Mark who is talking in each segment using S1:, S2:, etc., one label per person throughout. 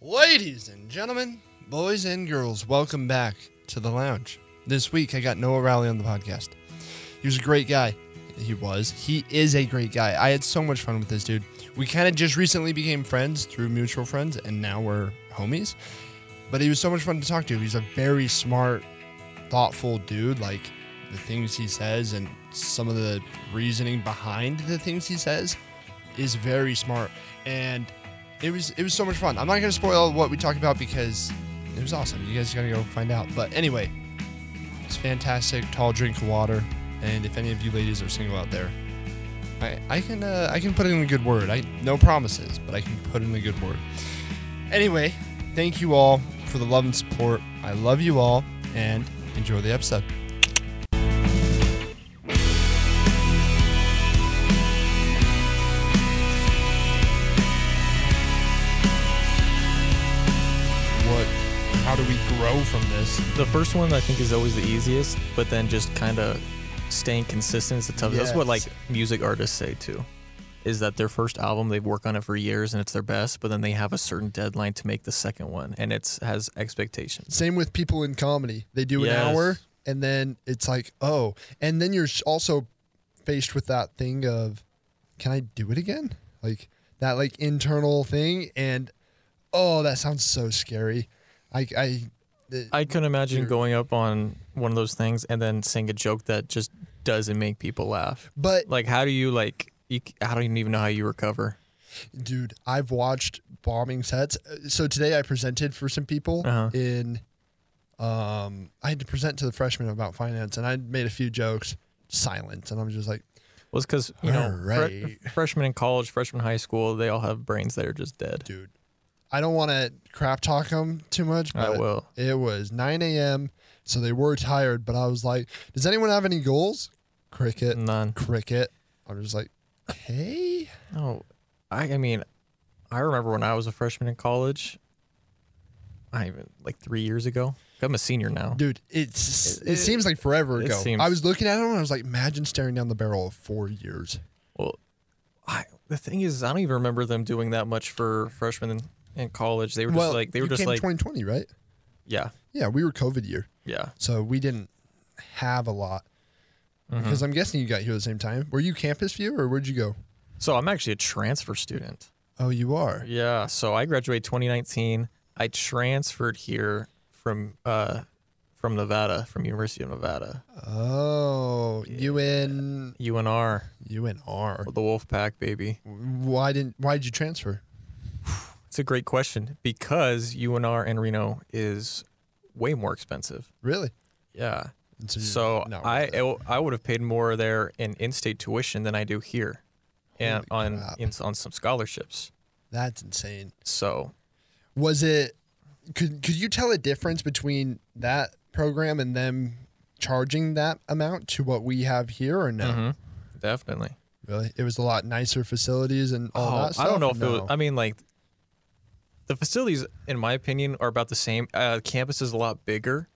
S1: Ladies and gentlemen, boys and girls, welcome back to the lounge. This week I got Noah Rowley on the podcast. He was a great guy. He was. He is a great guy. I had so much fun with this dude. We kind of just recently became friends through mutual friends, and now we're homies. But he was so much fun to talk to. He's a very smart, thoughtful dude. Like the things he says and some of the reasoning behind the things he says is very smart. And it was it was so much fun. I'm not gonna spoil what we talked about because it was awesome. You guys gotta go find out. But anyway, it's fantastic. Tall drink of water. And if any of you ladies are single out there, I, I can uh, I can put in a good word. I no promises, but I can put in a good word. Anyway, thank you all for the love and support. I love you all and enjoy the episode. What how do we grow from this?
S2: The first one I think is always the easiest, but then just kind of staying consistent is the tough. That's what like
S1: Yes.
S2: music artists say too, is that their first album they work on it for years and it's their best, but then they have a certain deadline to make the second one and it's has expectations.
S1: Same with people in comedy. They do an
S2: Yes.
S1: hour and then it's like, oh. And then you're sh- also faced with that thing of, can I do it again? Like that like internal thing. And oh, that sounds so scary. I, I, it-
S2: I can imagine
S1: Sure.
S2: going up on one of those things and then saying a joke that just doesn't make people laugh.
S1: but
S2: Like how do you like you? c- I don't even know how you recover.
S1: dude, I've watched bombing sets. Uh, So today I presented for some people
S2: Uh-huh.
S1: in, um, I had to present to the freshmen about finance and I made a few jokes, silence. And I'm just like,
S2: Well, it's because you know fre-
S1: Alright.
S2: freshmen in college, freshmen in high school, they all have brains that are just dead.
S1: dude. I don't want to crap talk them too much,
S2: I
S1: but
S2: will.
S1: it was 9 a.m., so they were tired. But I was like, "Does anyone have any goals?" Cricket,
S2: None.
S1: cricket. I'm just like, "Okay."
S2: No, I, I mean, I remember when I was a freshman in college. I even like three years ago. I'm a senior now.
S1: Dude, it's it,
S2: It-
S1: seems like forever
S2: it
S1: ago.
S2: seems-
S1: I was looking at him and I was like, "Imagine staring down the barrel of four years."
S2: Well, I, the thing is, I don't even remember them doing that much for freshmen in, in college. They were just
S1: well,
S2: like, they
S1: you
S2: were just
S1: came
S2: like,
S1: 2020, right?
S2: yeah,
S1: Yeah, we were COVID year,
S2: yeah.
S1: so we didn't have a lot.
S2: Mm-hmm.
S1: Because I'm guessing you got here at the same time. Were you campus view or where'd you go?
S2: So I'm actually a transfer student.
S1: Oh, you are.
S2: Yeah. So I graduated 2019. I transferred here from uh from Nevada, from University of Nevada,
S1: Oh, UN
S2: UNR,
S1: UNR.
S2: the Wolfpack baby.
S1: Why didn't? Why did you transfer?
S2: It's a great question because UNR and Reno is way more expensive.
S1: Really?
S2: Yeah.
S1: And you're
S2: So
S1: Mm, not
S2: I
S1: worth it.
S2: I, would have paid more there in in-state tuition than I do here, and
S1: Holy
S2: on
S1: crap.
S2: in, on some scholarships.
S1: that's insane.
S2: So
S1: Was it? Could could you tell a difference between that program and them charging that amount to what we have here or no?
S2: mhm, definitely.
S1: Really, it was a lot nicer facilities and all
S2: Oh,
S1: that. Stuff,
S2: I don't know
S1: or
S2: if
S1: no?
S2: it was. I mean, like the facilities, in my opinion, are about the same. Uh, campus is a lot bigger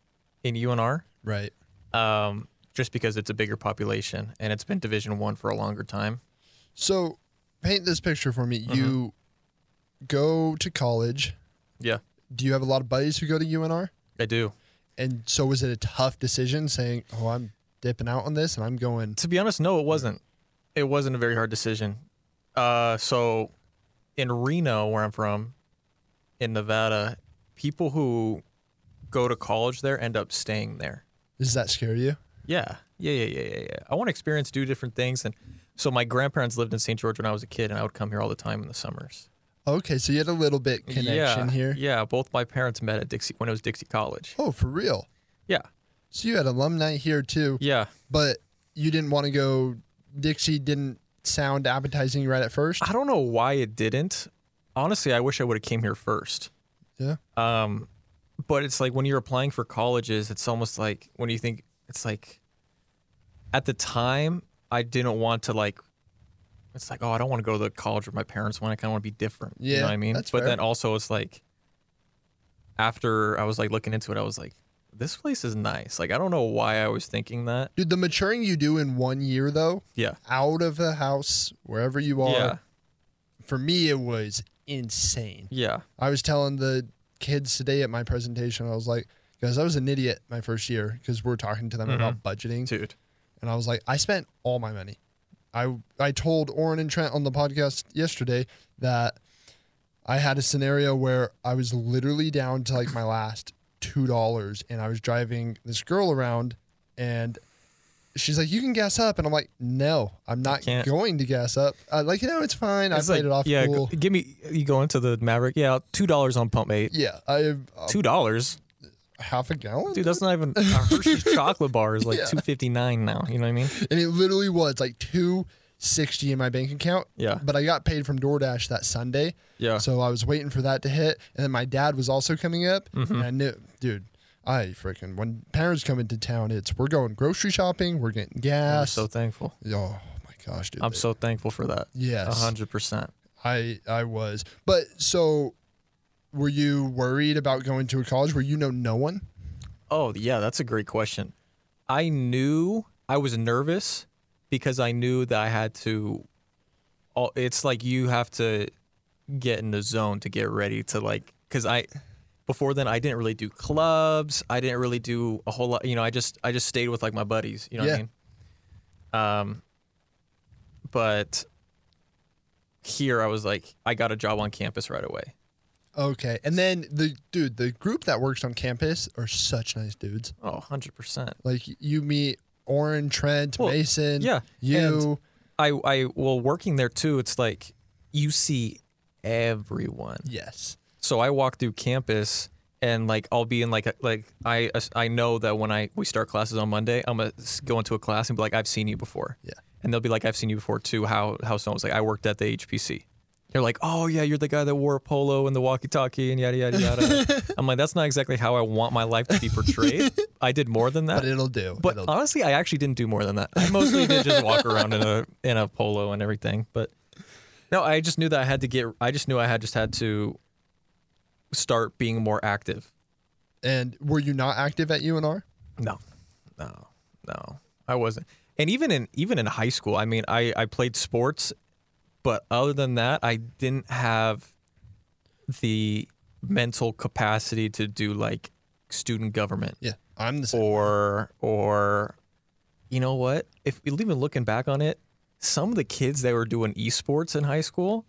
S2: in UNR,
S1: right.
S2: um, just because it's a bigger population and it's been Division One for a longer time.
S1: So, paint this picture for
S2: Mm-hmm.
S1: me. You go to college.
S2: Yeah,
S1: Do you have a lot of buddies who go to UNR?
S2: I do.
S1: And so, was it a tough decision saying, "Oh, I'm dipping out on this, and I'm going
S2: to be honest, no, it wasn't. It wasn't a very hard decision. Uh, so in Reno, where I'm from, in Nevada, people who go to college there end up staying there.
S1: Does that scare you?
S2: Yeah, yeah, yeah, yeah, yeah. yeah. I want to experience, do different things, and so my grandparents lived in St. George when I was a kid, and I would come here all the time in the summers.
S1: Okay, so you had a little bit connection
S2: yeah,
S1: here.
S2: Yeah, both my parents met at Dixie when it was Dixie College.
S1: Oh, for real.
S2: Yeah,
S1: So you had alumni here too,
S2: yeah.
S1: but you didn't want to go. Dixie didn't sound appetizing right at first.
S2: I don't know why it didn't. Honestly, I wish I would have came here first.
S1: Yeah.
S2: Um, but it's like when you're applying for colleges, it's almost like when you think it's like at the time I didn't want to like it's like, oh, I don't want to go to the college where my parents went. I kinda wanna be different. You
S1: Yeah,
S2: know what I mean?
S1: that's
S2: but
S1: fair.
S2: then also it's like after I was like looking into it, I was like, this place is nice. Like I don't know why I was thinking that.
S1: Dude, the maturing you do in one year though,
S2: Yeah.
S1: out of the house, wherever you are,
S2: yeah.
S1: for me it was insane.
S2: Yeah.
S1: I was telling the kids today at my presentation, I was like, guys, I was an idiot my first year because we're talking to them about
S2: Mm-hmm.
S1: budgeting.
S2: Dude.
S1: And I was like, I spent all my money. I I told Oren and Trent on the podcast yesterday that I had a scenario where I was literally down to like my last two dollars, and I was driving this girl around, and she's like, "You can gas up," and I'm like, "No, I'm not
S2: can't."
S1: going to gas up. Uh, like, you know, it's fine. I
S2: It's
S1: played
S2: like,
S1: it off
S2: yeah,
S1: cool.
S2: g- give me. You go into the Maverick. Yeah, two dollars on pump eight.
S1: yeah, I have uh,
S2: Two dollars,
S1: half a gallon,
S2: dude. That's not even a Hershey's chocolate bar is like
S1: Yeah.
S2: two fifty nine now. You know what I mean?
S1: and it literally was like two sixty in my bank account.
S2: Yeah.
S1: but I got paid from DoorDash that Sunday.
S2: Yeah.
S1: So I was waiting for that to hit, and then my dad was also coming up,
S2: Mm-hmm.
S1: and I knew, dude, I freaking when parents come into town, it's we're going grocery shopping, we're getting
S2: I'm
S1: gas.
S2: so thankful.
S1: oh my gosh, dude,
S2: I'm so thankful for that. A
S1: yes,
S2: hundred percent.
S1: I I was, but so were you worried about going to a college where you know no one?
S2: Oh yeah, that's a great question. I knew I was nervous because I knew that I had to. all- It's like you have to get in the zone to get ready to like because I before then I didn't really do clubs. I didn't really do a whole lot. You know, I just I just stayed with like my buddies. You know
S1: Yeah.
S2: what I mean? Um, but here I was like I got a job on campus right away.
S1: Okay, and then the dude, the group that works on campus are such nice dudes.
S2: Oh, 100 percent.
S1: Like you meet Oren, Trent,
S2: Well,
S1: Mason,
S2: yeah,
S1: you,
S2: I I well working there too. It's like you see everyone.
S1: yes,
S2: So I walk through campus and like I'll be in like a- like I I know that when I we start classes on Monday, I'm gonna s- go into a class and be like I've seen you before.
S1: Yeah.
S2: And they'll be like I've seen you before too. How how so? I was like I worked at the HPC. They're like, oh yeah, you're the guy that wore a polo and the walkie-talkie and yada yada yada. I'm like, that's not exactly how I want my life to be portrayed. I did more than that.
S1: but it'll do.
S2: But
S1: it'll
S2: honestly, I actually didn't do more than that. I mostly did just walk around in a in a polo and everything. But no, I just knew that I had to get. I just knew I had just had to start being more active.
S1: And were you not active at UNR?
S2: No, no, no. I wasn't. And even in even in high school, I mean, I I played sports, but other than that, I didn't have the mental capacity to do like student government.
S1: Yeah, I'm the same.
S2: Oh. or or you know what if even looking back on it some of the kids that were doing esports in high school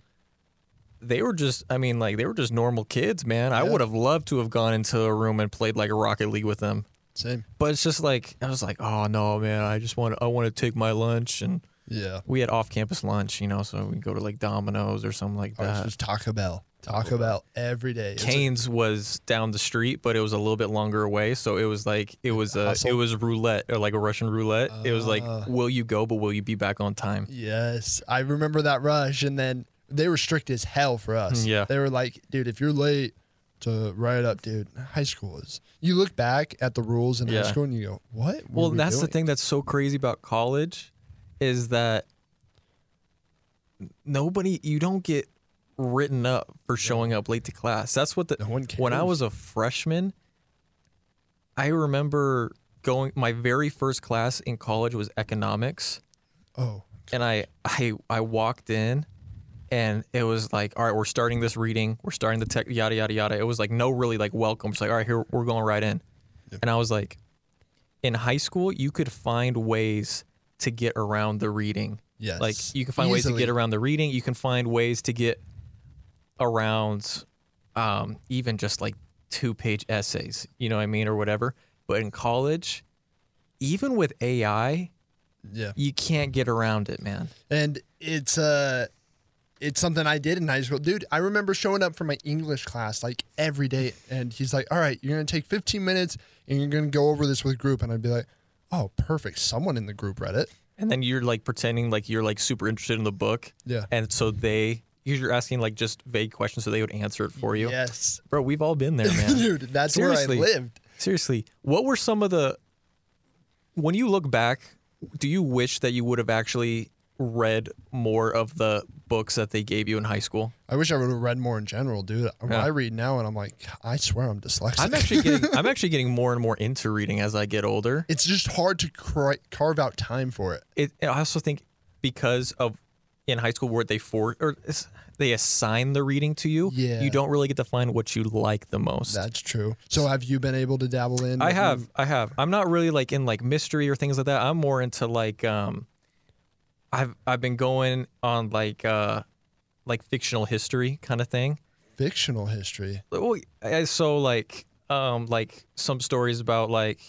S2: they were just i mean like they were just normal kids man i
S1: Yeah.
S2: would have loved to have gone into a room and played like a rocket league with them
S1: Same.
S2: but it's just like i was like oh no man i just want to i want to take my lunch and
S1: Yeah.
S2: we had off campus lunch you know so we go to like domino's or something like
S1: I was
S2: that
S1: just Taco Bell. Taco Bell every day. It's a-
S2: Canes was down the street, but it was a little bit longer away. So it was like it was a
S1: Hustle.
S2: it was roulette or like a Russian roulette. it was like,
S1: Ah.
S2: will you go, but will you be back on time?
S1: yes, I remember that rush, and then they were strict as hell for us.
S2: Mm, Yeah.
S1: They were like, dude, if you're late, to write up, dude. High school is. You look back at the rules in
S2: Yeah.
S1: high school and you go, what? were
S2: Well,
S1: we
S2: that's the
S1: doing?
S2: thing that's so crazy about college, is that nobody you don't get written up for showing up late to class. That's what the
S1: No one
S2: when I
S1: cares.
S2: was a freshman, I remember going my very first class in college was economics.
S1: Oh,
S2: and I I I walked in and it was like, all right, we're starting this reading, we're starting the tech yada yada yada. It was like no really like welcome. It's like, all right, here we're going right in. And I was like, in high school, you could find ways to get around the reading.
S1: yes.
S2: Like you can find ways to get
S1: Easily.
S2: around the reading. You can find ways to get around um, even just like two page essays, you know what I mean, or whatever. But in college, even with AI,
S1: Yeah.
S2: you can't get around it, man.
S1: and it's uh it's something I did in high school. Dude, I remember showing up for my English class like every day and he's like, "All right, you're going to take 15 minutes and you're going to go over this with group." And I'd be like, "Oh, perfect. Someone in the group read it."
S2: and then you're like pretending like you're like super interested in the book
S1: Yeah.
S2: and so they you're asking like just vague questions so they would answer it for you
S1: Yes.
S2: bro we've all been there man
S1: Dude, that's
S2: Seriously.
S1: where I lived.
S2: seriously what were some of the when you look back do you wish that you would have actually read more of the books that they gave you in high school
S1: I wish I would have read more in general, dude. When
S2: Yeah.
S1: I read now and I'm like, I swear I'm dyslexic.
S2: i'm actually getting i'm actually getting more and more into reading as i get older
S1: it's just hard to cri- carve out time for it.
S2: it, I also think because of in high school where they for or s- they assign the reading to you,
S1: Yeah.
S2: you don't really get to find what you like the most.
S1: That's true. So have you been able to dabble in?
S2: I
S1: what
S2: have,
S1: you've-
S2: I have. I'm not really like in like mystery or things like that. I'm more into like um I've I've been going on like uh like fictional history kind of thing.
S1: fictional history.
S2: Well, I- so like um like some stories about like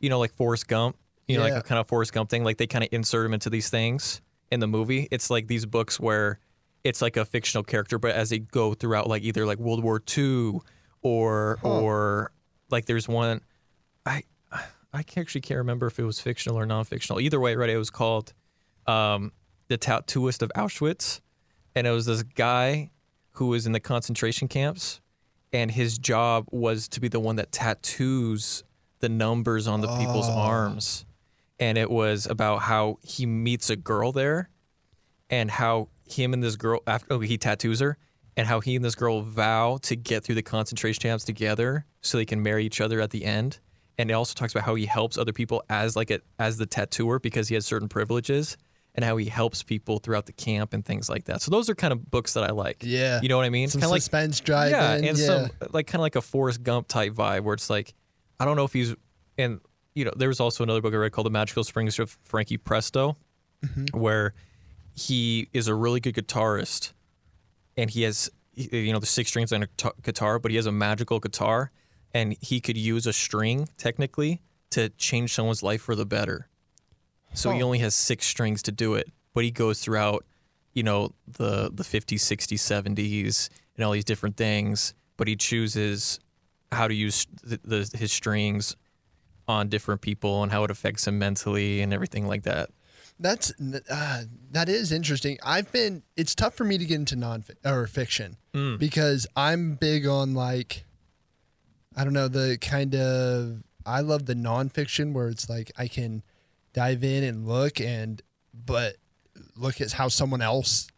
S2: you know like Forrest Gump, you know
S1: Yeah.
S2: like a kind of Forrest Gump thing. Like they kind of insert him into these things in the movie. It's like these books where it's like a fictional character, but as they go throughout like either like World War II or or like there's one I I can't- actually can't remember if it was fictional or non-fictional. Either way, right? It was called um, the Tattooist of Auschwitz, and it was this guy who was in the concentration camps, and his job was to be the one that tattoos the numbers on the people's
S1: Oh.
S2: arms, and it was about how he meets a girl there, and how him and this girl after okay, he tattoos her. And how he and this girl vow to get through the concentration camps together so they can marry each other at the end. And it also talks about how he helps other people as like a as the tattooer because he has certain privileges and how he helps people throughout the camp and things like that. So those are kind of books that I like.
S1: Yeah.
S2: You know what I mean?
S1: Some
S2: kind of like
S1: suspense drive.
S2: yeah,
S1: in.
S2: and
S1: yeah.
S2: some like kind of like a Forrest Gump type vibe where it's like, I don't know if he's and you know there was also another book I read called The Magical Springs of Frankie Presto,
S1: Mm-hmm.
S2: where he is a really good guitarist, and he has y- you know the six strings on a guita- guitar, but he has a magical guitar, and he could use a string technically to change someone's life for the better. So he
S1: Huh.
S2: only has six strings to do it, but he goes throughout, you know, the the 50s, 60s, 70s, and all these different things. But he chooses how to use the, the, his strings on different people and how it affects him mentally and everything like that.
S1: That's uh, that is interesting. I've been. It's tough for me to get into non or fiction
S2: Hmm.
S1: because I'm big on like, I don't know the kind of. I love the nonfiction where it's like I can dive in and look and but look at how someone else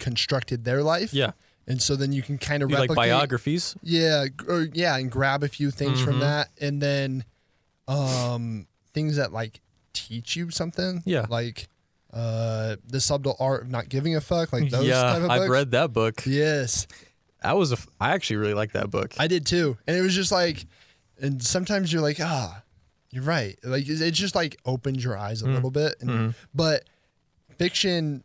S1: constructed their life.
S2: Yeah,
S1: And so then you can kind of
S2: you like
S1: replicate
S2: biographies.
S1: yeah, g- or yeah, and grab a few things
S2: Mm-hmm.
S1: from that, and then um, things that like teach you something.
S2: Yeah.
S1: like uh, the subtle art of not giving a fuck, like those type
S2: yeah,
S1: of
S2: I've
S1: books.
S2: read that book.
S1: Yes,
S2: That was a f- I actually really liked that book.
S1: I did too, and it was just like, and sometimes you're like, ah, you're right. Like it it just like opens your eyes
S2: Mm-hmm.
S1: a little bit, and, but fiction,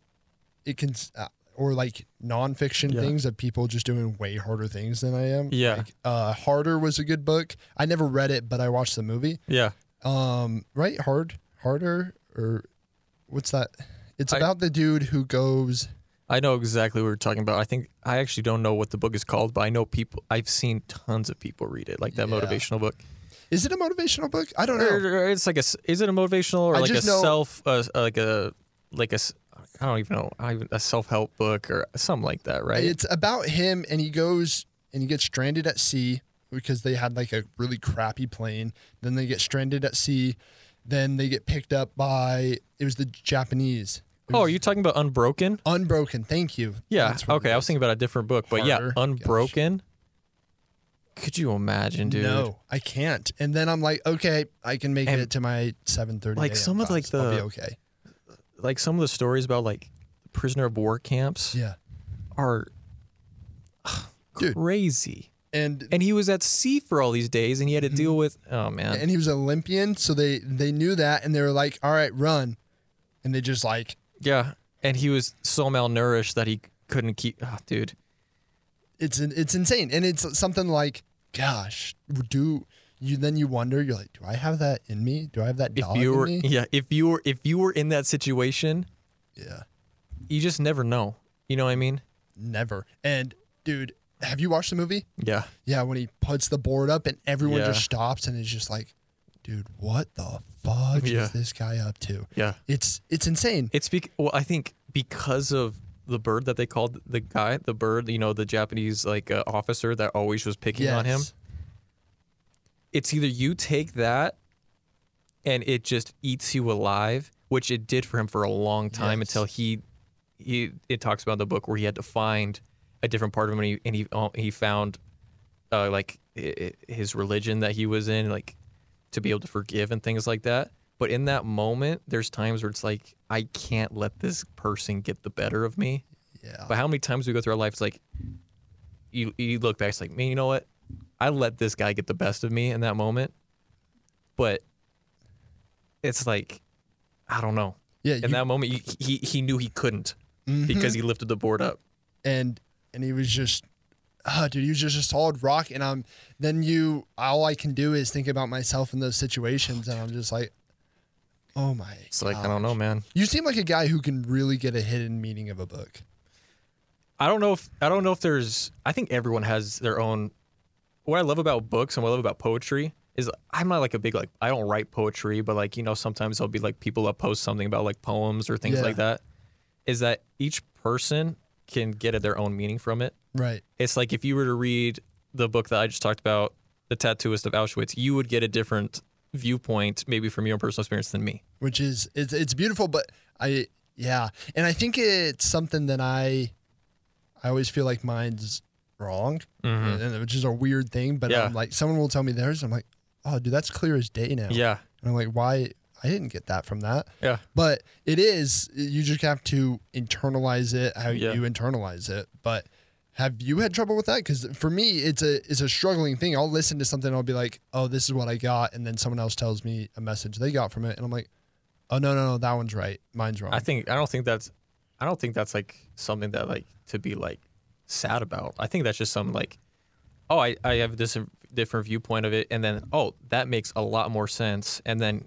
S1: it can. s- Uh, or like nonfiction
S2: Yeah.
S1: things of people just doing way harder things than I am.
S2: Yeah.
S1: Like, uh, Harder was a good book. I never read it, but I watched the movie.
S2: yeah,
S1: Um, right? Hard, harder, or what's that? It's
S2: I-
S1: about the dude who goes.
S2: I know exactly what we're talking about. I think I actually don't know what the book is called, but I know people. I've seen tons of people read it, like that
S1: Yeah.
S2: motivational book.
S1: Is it a motivational book? I don't know.
S2: Or- or It's like a. s- Is it a motivational or
S1: Oh. I
S2: like a
S1: just know-
S2: self, uh, like a like a. s- I don't even know. I, a self help book or something like that, right?
S1: It's about him, and he goes and he gets stranded at sea because they had like a really crappy plane. Then they get stranded at sea. Then they get picked up by it was the Japanese. It
S2: oh,
S1: was
S2: are you talking about Unbroken?
S1: Unbroken. Thank you.
S2: Yeah.
S1: That's what it
S2: Okay, I was
S1: is.
S2: thinking about a different book, but
S1: Harder.
S2: yeah,
S1: Gosh.
S2: Unbroken. Could you imagine, dude?
S1: No, I can't. And then I'm like, okay, I can make
S2: And-
S1: it to my 7:30.
S2: Like,
S1: AM
S2: some of, like,
S1: class. I'll be
S2: the-
S1: okay.
S2: Like some of the stories about like prisoner of war camps
S1: Yeah,
S2: are
S1: Dude.
S2: crazy.
S1: and
S2: And he was at sea for all these days, and he had to deal with. Oh man.
S1: Mm-hmm. and he was Olympian, so they they knew that, and they were like, "All right, run," and they just like
S2: yeah. And he was so malnourished that he couldn't keep. Oh, dude.
S1: it's it's insane, and it's something like, "Gosh, do you?" Then you wonder, you're like, "Do I have that in me? Do I have that
S2: if
S1: dog
S2: you were
S1: in me?"
S2: yeah if you were if you were in that situation
S1: Yeah,
S2: you just never know you know what i mean
S1: never. And dude, have you watched the movie?
S2: yeah
S1: Yeah, when he puts the board up and everyone
S2: Yeah.
S1: just stops and is just like, "Dude, what the fuck
S2: Yeah.
S1: is this guy up to?"
S2: yeah
S1: It's it's insane.
S2: it's bec- well i think because of the bird that they called the guy the bird you know the japanese like uh, officer that always was picking on him
S1: Yes.
S2: it's either you take that and it just eats you alive which it did for him for a long time
S1: Yes.
S2: until he he it talks about in the book where he had to find a different part of him and he and he, uh, he found uh, like i- i- his religion that he was in like to be able to forgive and things like that but in that moment there's times where it's like I can't let this person get the better of me.
S1: Yeah.
S2: But how many times do we go through our life? It's like you you look back, it's like, man, you know what? I let this guy get the best of me in that moment. But it's like, I don't know.
S1: Yeah.
S2: In
S1: you- mm-hmm.
S2: that moment, you, he he knew he couldn't because he lifted the board up.
S1: and and he was just uh, dude, he was just a solid rock and I'm then you all I can do is think about myself in those situations and I'm just like oh my
S2: It's like I
S1: gosh.
S2: don't know, man.
S1: You seem like a guy who can really get a hidden meaning of a book.
S2: I don't know if I don't know if there's. I think everyone has their own. What I love about books and what I love about poetry is I'm not like a big like I don't write poetry, but like you know sometimes there'll be like people that post something about like poems or things
S1: Yeah.
S2: like that. Is that each person can get at their own meaning from it?
S1: Right.
S2: It's like if you were to read the book that I just talked about, The Tattooist of Auschwitz, you would get a different viewpoint maybe from your own personal experience than me.
S1: Which is it's it's beautiful, but I yeah. And I think it's something that I I always feel like mine's wrong. and- Which is a weird thing, but
S2: Mm-hmm. Yeah.
S1: I'm like someone will tell me theirs, I'm like, oh dude, that's clear as day now.
S2: Yeah.
S1: And I'm like, why? I didn't get that from that.
S2: Yeah.
S1: But it is, you just have to internalize it how
S2: Yeah.
S1: you internalize it. But have you had trouble with that? Because for me, it's a it's a struggling thing. I'll listen to something, I'll be like, oh, this is what I got. And then someone else tells me a message they got from it. And I'm like, oh, no, no, no, that one's right. Mine's wrong.
S2: I think I don't think that's I don't think that's like something that like to be like sad about. I think that's just some like oh I, I have this different viewpoint of it and then oh that makes a lot more sense and then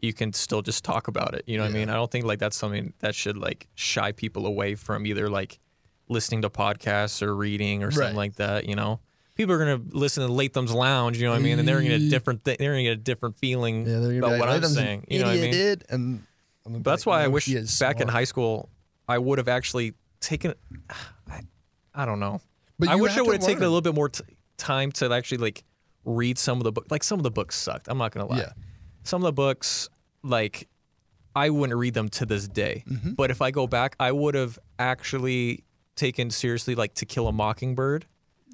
S2: you can still just talk about it. You know what I mean? I don't think like that's something that should like shy people away from either like listening to podcasts or reading or something
S1: Right.
S2: like that, you know. People are gonna listen to Latham's Lounge, you know what I mean, and they're gonna get a
S1: Mm.
S2: different thi- they're gonna get a different feeling
S1: yeah, they're going to
S2: about
S1: be like,
S2: what I'm
S1: "Latham's an
S2: saying. You know what I
S1: idiot,
S2: mean?
S1: Did, and I'm gonna be
S2: But that's
S1: like,
S2: why I
S1: "No,
S2: wish
S1: he is
S2: back in
S1: smart."
S2: high school I would have actually taken. I, I don't know.
S1: But
S2: I
S1: you
S2: wish I
S1: have to
S2: would have taken a
S1: learn.
S2: little bit more t- time to actually like read some of the book. Like some of the books sucked. I'm not gonna lie.
S1: Yeah.
S2: Some of the books, like I wouldn't read them to this day.
S1: Mm-hmm.
S2: But if I go back, I would have actually taken seriously like To Kill a Mockingbird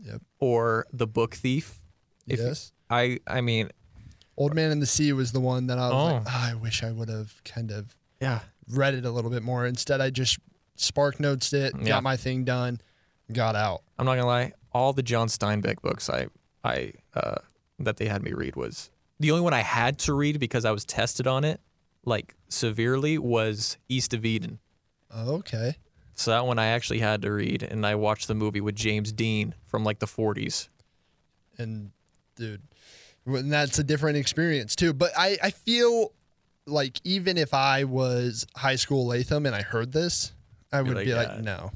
S1: Yep.
S2: or The Book Thief. If-
S1: Yes.
S2: I I mean,
S1: Old Man in the Sea was the one that I was like,
S2: Oh.
S1: "Ah, I wish I would have kind of
S2: yeah.
S1: read it a little bit more. Instead, I just spark notes it,
S2: Yeah.
S1: got my thing done, got out.
S2: I'm not gonna lie. All the John Steinbeck books I I uh, that they had me read was the only one I had to read because I was tested on it like severely was East of Eden.
S1: Okay.
S2: So that one I actually had to read, and I watched the movie with James Dean from like the 40s.
S1: And dude, and that's a different experience too. But I, I feel like even if I was high school Latham and I heard this, I would
S2: like,
S1: be like,
S2: "Yeah,
S1: no.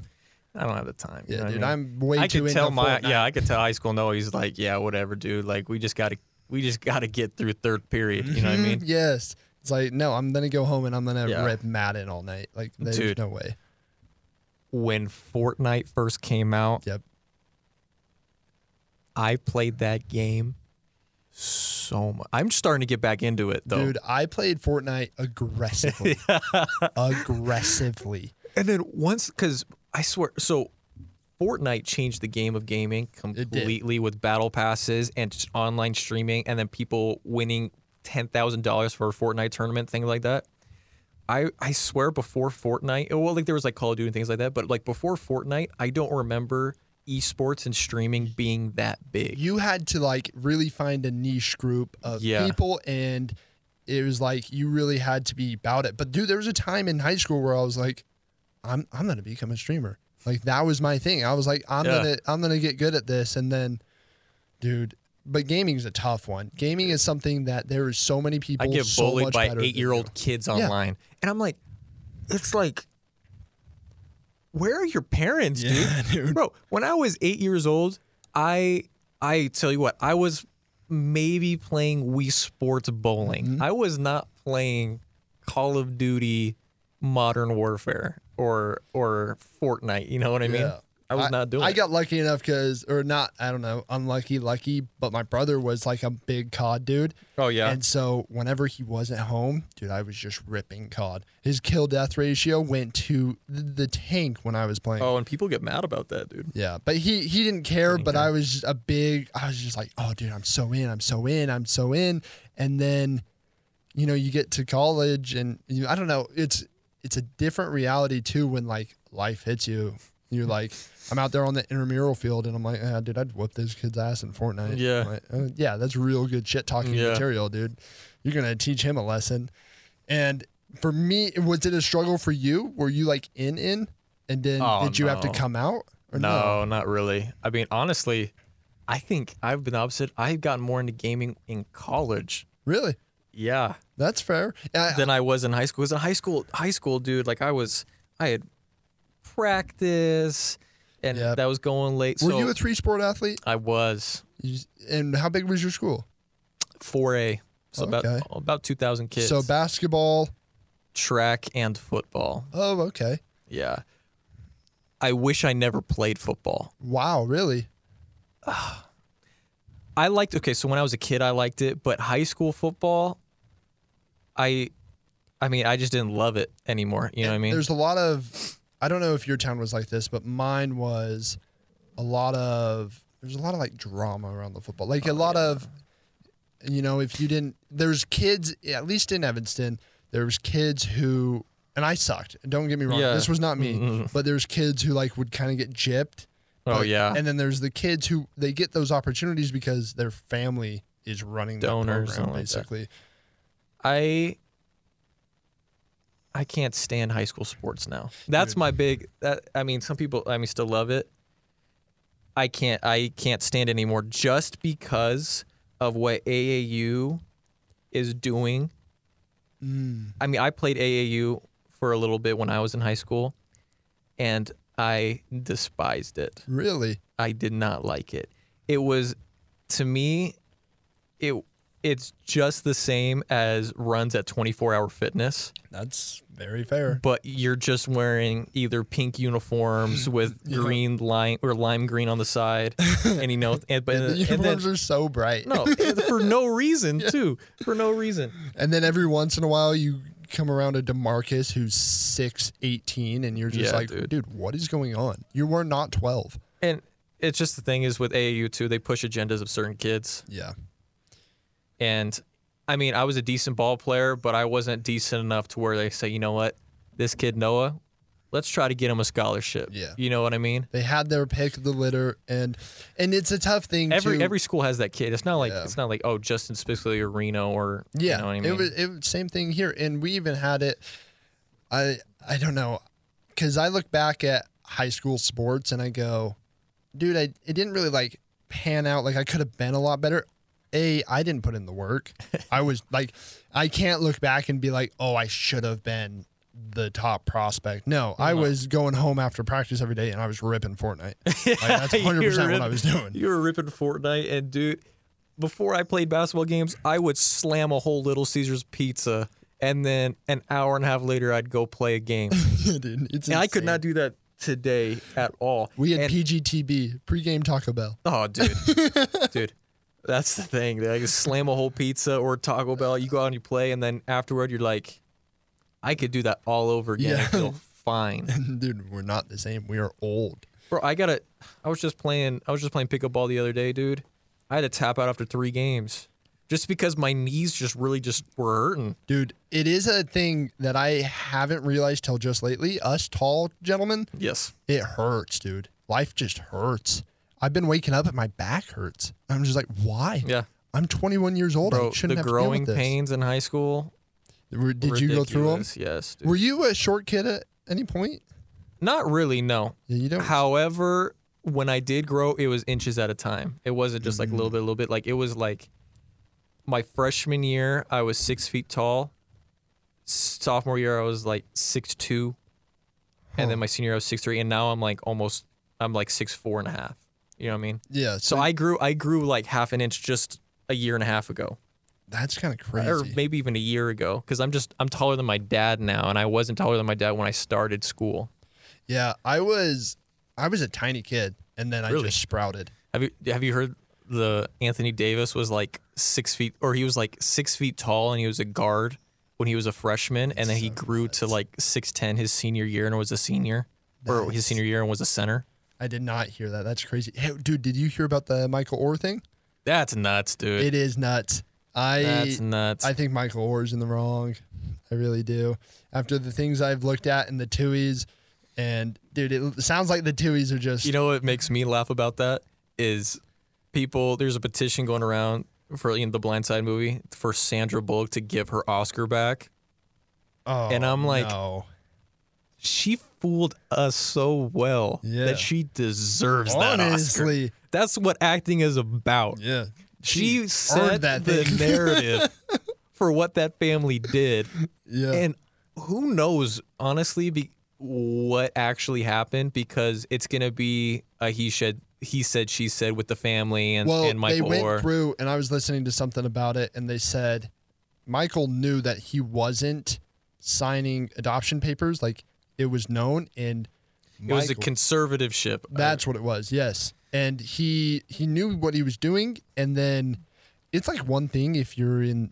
S2: I don't have the time. you
S1: Yeah,
S2: know what
S1: dude,
S2: I mean?
S1: I'm way
S2: I
S1: too
S2: could
S1: into
S2: tell my
S1: Fortnite."
S2: yeah, I could tell high school no. He's like, yeah, whatever, dude. Like we just gotta we just gotta get through third period. You know what I
S1: Mhm,
S2: mean?
S1: Yes. It's like, no, I'm going to go home and I'm going to
S2: Yeah.
S1: rip Madden all night. Like, there's
S2: Dude.
S1: no way.
S2: When Fortnite first came out,
S1: Yep.
S2: I played that game so much. I'm starting to get back into it though.
S1: Dude, I played Fortnite aggressively. aggressively.
S2: And then once, because I swear, so Fortnite changed the game of gaming
S1: did.
S2: completely with battle passes and s- online streaming, and then people winning ten thousand dollars for a Fortnite tournament, things like that. I, I swear before Fortnite, well, like there was like Call of Duty and things like that, but like before Fortnite, I don't remember esports and streaming being that big.
S1: you had to like really find a niche group of
S2: Yeah.
S1: people and it was like you really had to be about it. But dude, there was a time in high school where I was like, I'm I'm gonna become a streamer. Like that was my thing. I was like, I'm
S2: Yeah.
S1: gonna I'm gonna get good at this and then dude but gaming's a tough one. Gaming is something that there is so many people.
S2: I get
S1: so
S2: bullied
S1: much
S2: by
S1: better than
S2: eight year old kids online. And I'm like, it's like, where are your parents, dude? Bro, when I was eight years old, I I tell you what, I was maybe playing Wii Sports bowling.
S1: Mm-hmm.
S2: I was not playing Call of Duty Modern Warfare or or Fortnite. You know what I
S1: you.
S2: mean?
S1: Yeah.
S2: I was not doing
S1: I
S2: it.
S1: got lucky enough because, or not, I don't know, unlucky, lucky, but my brother was like a big COD dude.
S2: oh yeah.
S1: And so whenever he wasn't home, dude, I was just ripping COD. His kill death ratio went to th- the tank when I was playing.
S2: oh, and people get mad about that, dude.
S1: Yeah, but he he didn't care. But
S2: care.
S1: I was just a big. I was just like, oh, dude, I'm so in. I'm so in. I'm so in. And then, you know, you get to college, and you, I don't know. It's it's a different reality too when like life hits you. You're like, I'm out there on the intramural field, and I'm like, ah, dude, I'd whoop this kid's ass in Fortnite.
S2: Yeah.
S1: I'm like, "Oh, yeah, that's real good shit talking
S2: Yeah.
S1: material, dude. You're gonna teach him a lesson. And for me, was it a struggle for you? Were you like in in, and then
S2: Oh,
S1: did you have to
S2: no.
S1: come out? Or
S2: No, not really. I mean, honestly, I think I've been the opposite. I've gotten more into gaming in college.
S1: really,
S2: Yeah.
S1: that's fair. Uh, I,
S2: Than I was in high school. Because in high school, high school, dude, like I was, I had practice and
S1: Yep.
S2: that was going late.
S1: were
S2: so
S1: you a three sport athlete?
S2: I was
S1: You, and how big was your school?
S2: 4A. So
S1: Okay.
S2: about about 2,000 kids.
S1: So basketball.
S2: track and football.
S1: Oh, okay.
S2: Yeah. I wish I never played football.
S1: Wow, really?
S2: I liked okay, so when I was a kid I liked it, but high school football I I mean, I just didn't love it anymore, you know what I mean?
S1: There's a lot of I don't know if your town was like this, but mine was a lot of there's a lot of like drama around the football.
S2: Oh,
S1: Like a lot of you know, if you didn't there's kids at least in Evanston, there was kids who and I sucked. Don't get me wrong.
S2: Yeah. Mm-hmm.
S1: This was not me. But there's kids who like would kind of get gypped.
S2: Oh,
S1: but-
S2: yeah.
S1: And then there's the kids who they get those opportunities because their family is running the program,
S2: Donors, something like that.
S1: basically.
S2: I I can't stand high school sports now. That's my big that I mean, some people I mean still love it. I can't I can't stand anymore just because of what AAU is doing
S1: Mm,
S2: I mean, I played AAU for a little bit when I was in high school, and I despised it.
S1: Really?
S2: I did not like it. It was, to me, it it's just the same as runs at 24 hour fitness,
S1: That's very fair.
S2: but you're just wearing either pink uniforms with green lime or lime green on the side, and you know, and but
S1: The
S2: Uh, and, then.
S1: uniforms are so bright.
S2: No, for no reason too. For no reason.
S1: And then every once in a while, you come around to Demarcus, who's six eighteen, and you're just
S2: Yeah,
S1: like, dude.
S2: dude.
S1: what is going on? You were not 12.
S2: And it's just the thing is with AAU too, they push agendas of certain kids.
S1: Yeah.
S2: And I mean, I was a decent ball player, but I wasn't decent enough to where they say, you know what, this kid Noah, let's try to get him a scholarship.
S1: Yeah.
S2: You know what I mean?
S1: They had their pick of the litter, and and it's a tough thing.
S2: Every
S1: to,
S2: every school has that kid. It's not like
S1: Yeah.
S2: it's not like oh Justin Spicoli or Reno or
S1: yeah,
S2: you know what I
S1: it
S2: mean.
S1: was it was same thing here, and we even had it. I I don't know, because I look back at high school sports and I go, dude, I it didn't really like pan out. Like I could have been a lot better. A, I didn't put in the work. I was like, I can't look back and be like, oh, I should have been the top prospect. No, I
S2: Uh-huh.
S1: was going home after practice every day and I was ripping Fortnite. Like, that's
S2: You
S1: 100 percent what
S2: rip-
S1: I was doing.
S2: You were ripping Fortnite, and dude, before I played basketball games, I would slam a whole Little Caesars pizza, and then an hour and a half later, I'd go play a game.
S1: Dude, it's
S2: and I could
S1: insane.
S2: not do that today at all.
S1: We had
S2: And-
S1: PGTB, pregame Taco Bell.
S2: Oh, dude, dude, that's the thing. They like slam a whole pizza or Taco Bell. You go out and you play, and then afterward, you're like, I could do that all over again.
S1: Yeah.
S2: I feel fine,
S1: Dude, we're not the same. We are old.
S2: bro. I gotta. I was just playing. I was just playing pickup ball the other day, dude. I had to tap out after three games, just because my knees just really just were hurting.
S1: Dude, it is a thing that I haven't realized till just lately. Us tall gentlemen,
S2: Yes.
S1: it hurts, dude. Life just hurts. I've been waking up and my back hurts. I'm just like, why?
S2: Yeah.
S1: I'm 21 years old.
S2: Bro,
S1: I shouldn't
S2: the
S1: have
S2: growing
S1: to deal with this.
S2: pains in high school.
S1: Were- Did you go through them?
S2: ridiculous. Yes. Dude.
S1: Were you a short kid at any point?
S2: Not really. No.
S1: Yeah, you don't.
S2: However, when I did grow, it was inches at a time. It wasn't just like a little bit, a little bit. Like it was like my freshman year, I was six feet tall. Sophomore year, I was like six two, and then my senior year, I was six three, and now I'm like almost, I'm like six four and a half. You know what I mean?
S1: yeah.
S2: So I grew, I grew like half an inch just a year and a half ago,
S1: that's kind of
S2: or
S1: crazy.
S2: maybe even a year ago, because I'm just, I'm taller than my dad now, and I wasn't taller than my dad when I started school.
S1: Yeah, I was, I was a tiny kid, and then I
S2: Really?
S1: just sprouted.
S2: Have you have you heard the Anthony Davis was like six feet or he was like six feet tall and he was a guard when he was a freshman and then he grew to like six ten his senior year and was a senior or his senior year and was a center.
S1: I did not hear that. That's crazy. Hey, dude, did you hear about the Michael Orr thing?
S2: That's nuts, dude.
S1: It is nuts. I
S2: That's nuts.
S1: I think Michael Orr's in the wrong. I really do. After the things I've looked at in the TUIs, and dude, it l- sounds like the TUIs are just
S2: You know what makes me laugh about that is people. There's a petition going around for you know, the Blind Side movie for Sandra Bullock to give her Oscar back.
S1: oh,
S2: and I'm like-
S1: no.
S2: She fooled us so well
S1: Yeah.
S2: that she deserves that Oscar.
S1: honestly,
S2: That's what acting is about.
S1: yeah.
S2: She
S1: earned
S2: set
S1: that
S2: the
S1: thing.
S2: narrative for what that family did,
S1: yeah,
S2: and who knows honestly be, what actually happened because it's gonna be a he said he said she said with the family and,
S1: well,
S2: and Michael
S1: they went
S2: Orr.
S1: through, and I was listening to something about it, and they said Michael knew that he wasn't signing adoption papers. Like it was known, and
S2: it was a
S1: Michael-
S2: conservative ship. Uh,
S1: That's what it was. Yes, and he he knew what he was doing, and then it's like one thing if you're in,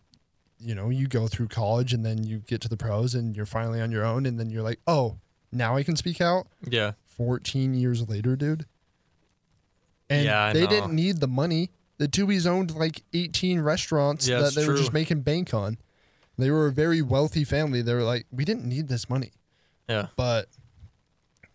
S1: you know, you go through college and then you get to the pros and you're finally on your own, and then you're like, oh, now I can speak out.
S2: yeah.
S1: 14 years later, dude. And
S2: Yeah, I
S1: they
S2: know.
S1: didn't need the money. The Tubies owned like 18 restaurants
S2: Yeah,
S1: that
S2: it's
S1: they were just
S2: true.
S1: making bank on. They were a very wealthy family. They were like, we didn't need this money.
S2: Yeah.
S1: But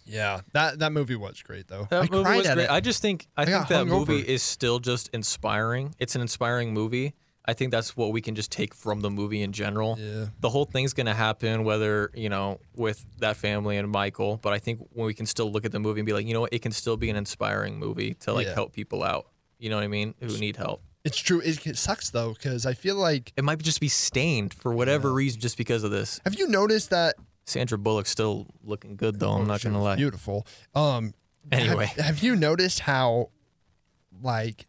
S1: yeah, that, that movie was great though.
S2: That
S1: I
S2: movie
S1: cried
S2: was
S1: at
S2: great.
S1: it.
S2: I just think I,
S1: I got
S2: think that
S1: hungover.
S2: movie is still just inspiring. It's an inspiring movie. I think that's what we can just take from the movie in general.
S1: yeah.
S2: The whole thing's going to happen whether, you know, with that family and Michael, but I think when we can still look at the movie and be like, you know what, it can still be an inspiring movie to like
S1: Yeah.
S2: help people out. You know what I mean? Who need help.
S1: It's true. It, it sucks though, because I feel like,
S2: It might just be stained for whatever reason just because of this.
S1: have you noticed that?
S2: Sandra Bullock's still looking good though, I'm not
S1: She
S2: going to
S1: was
S2: lie.
S1: Beautiful. Um, have-
S2: anyway,
S1: have you noticed how like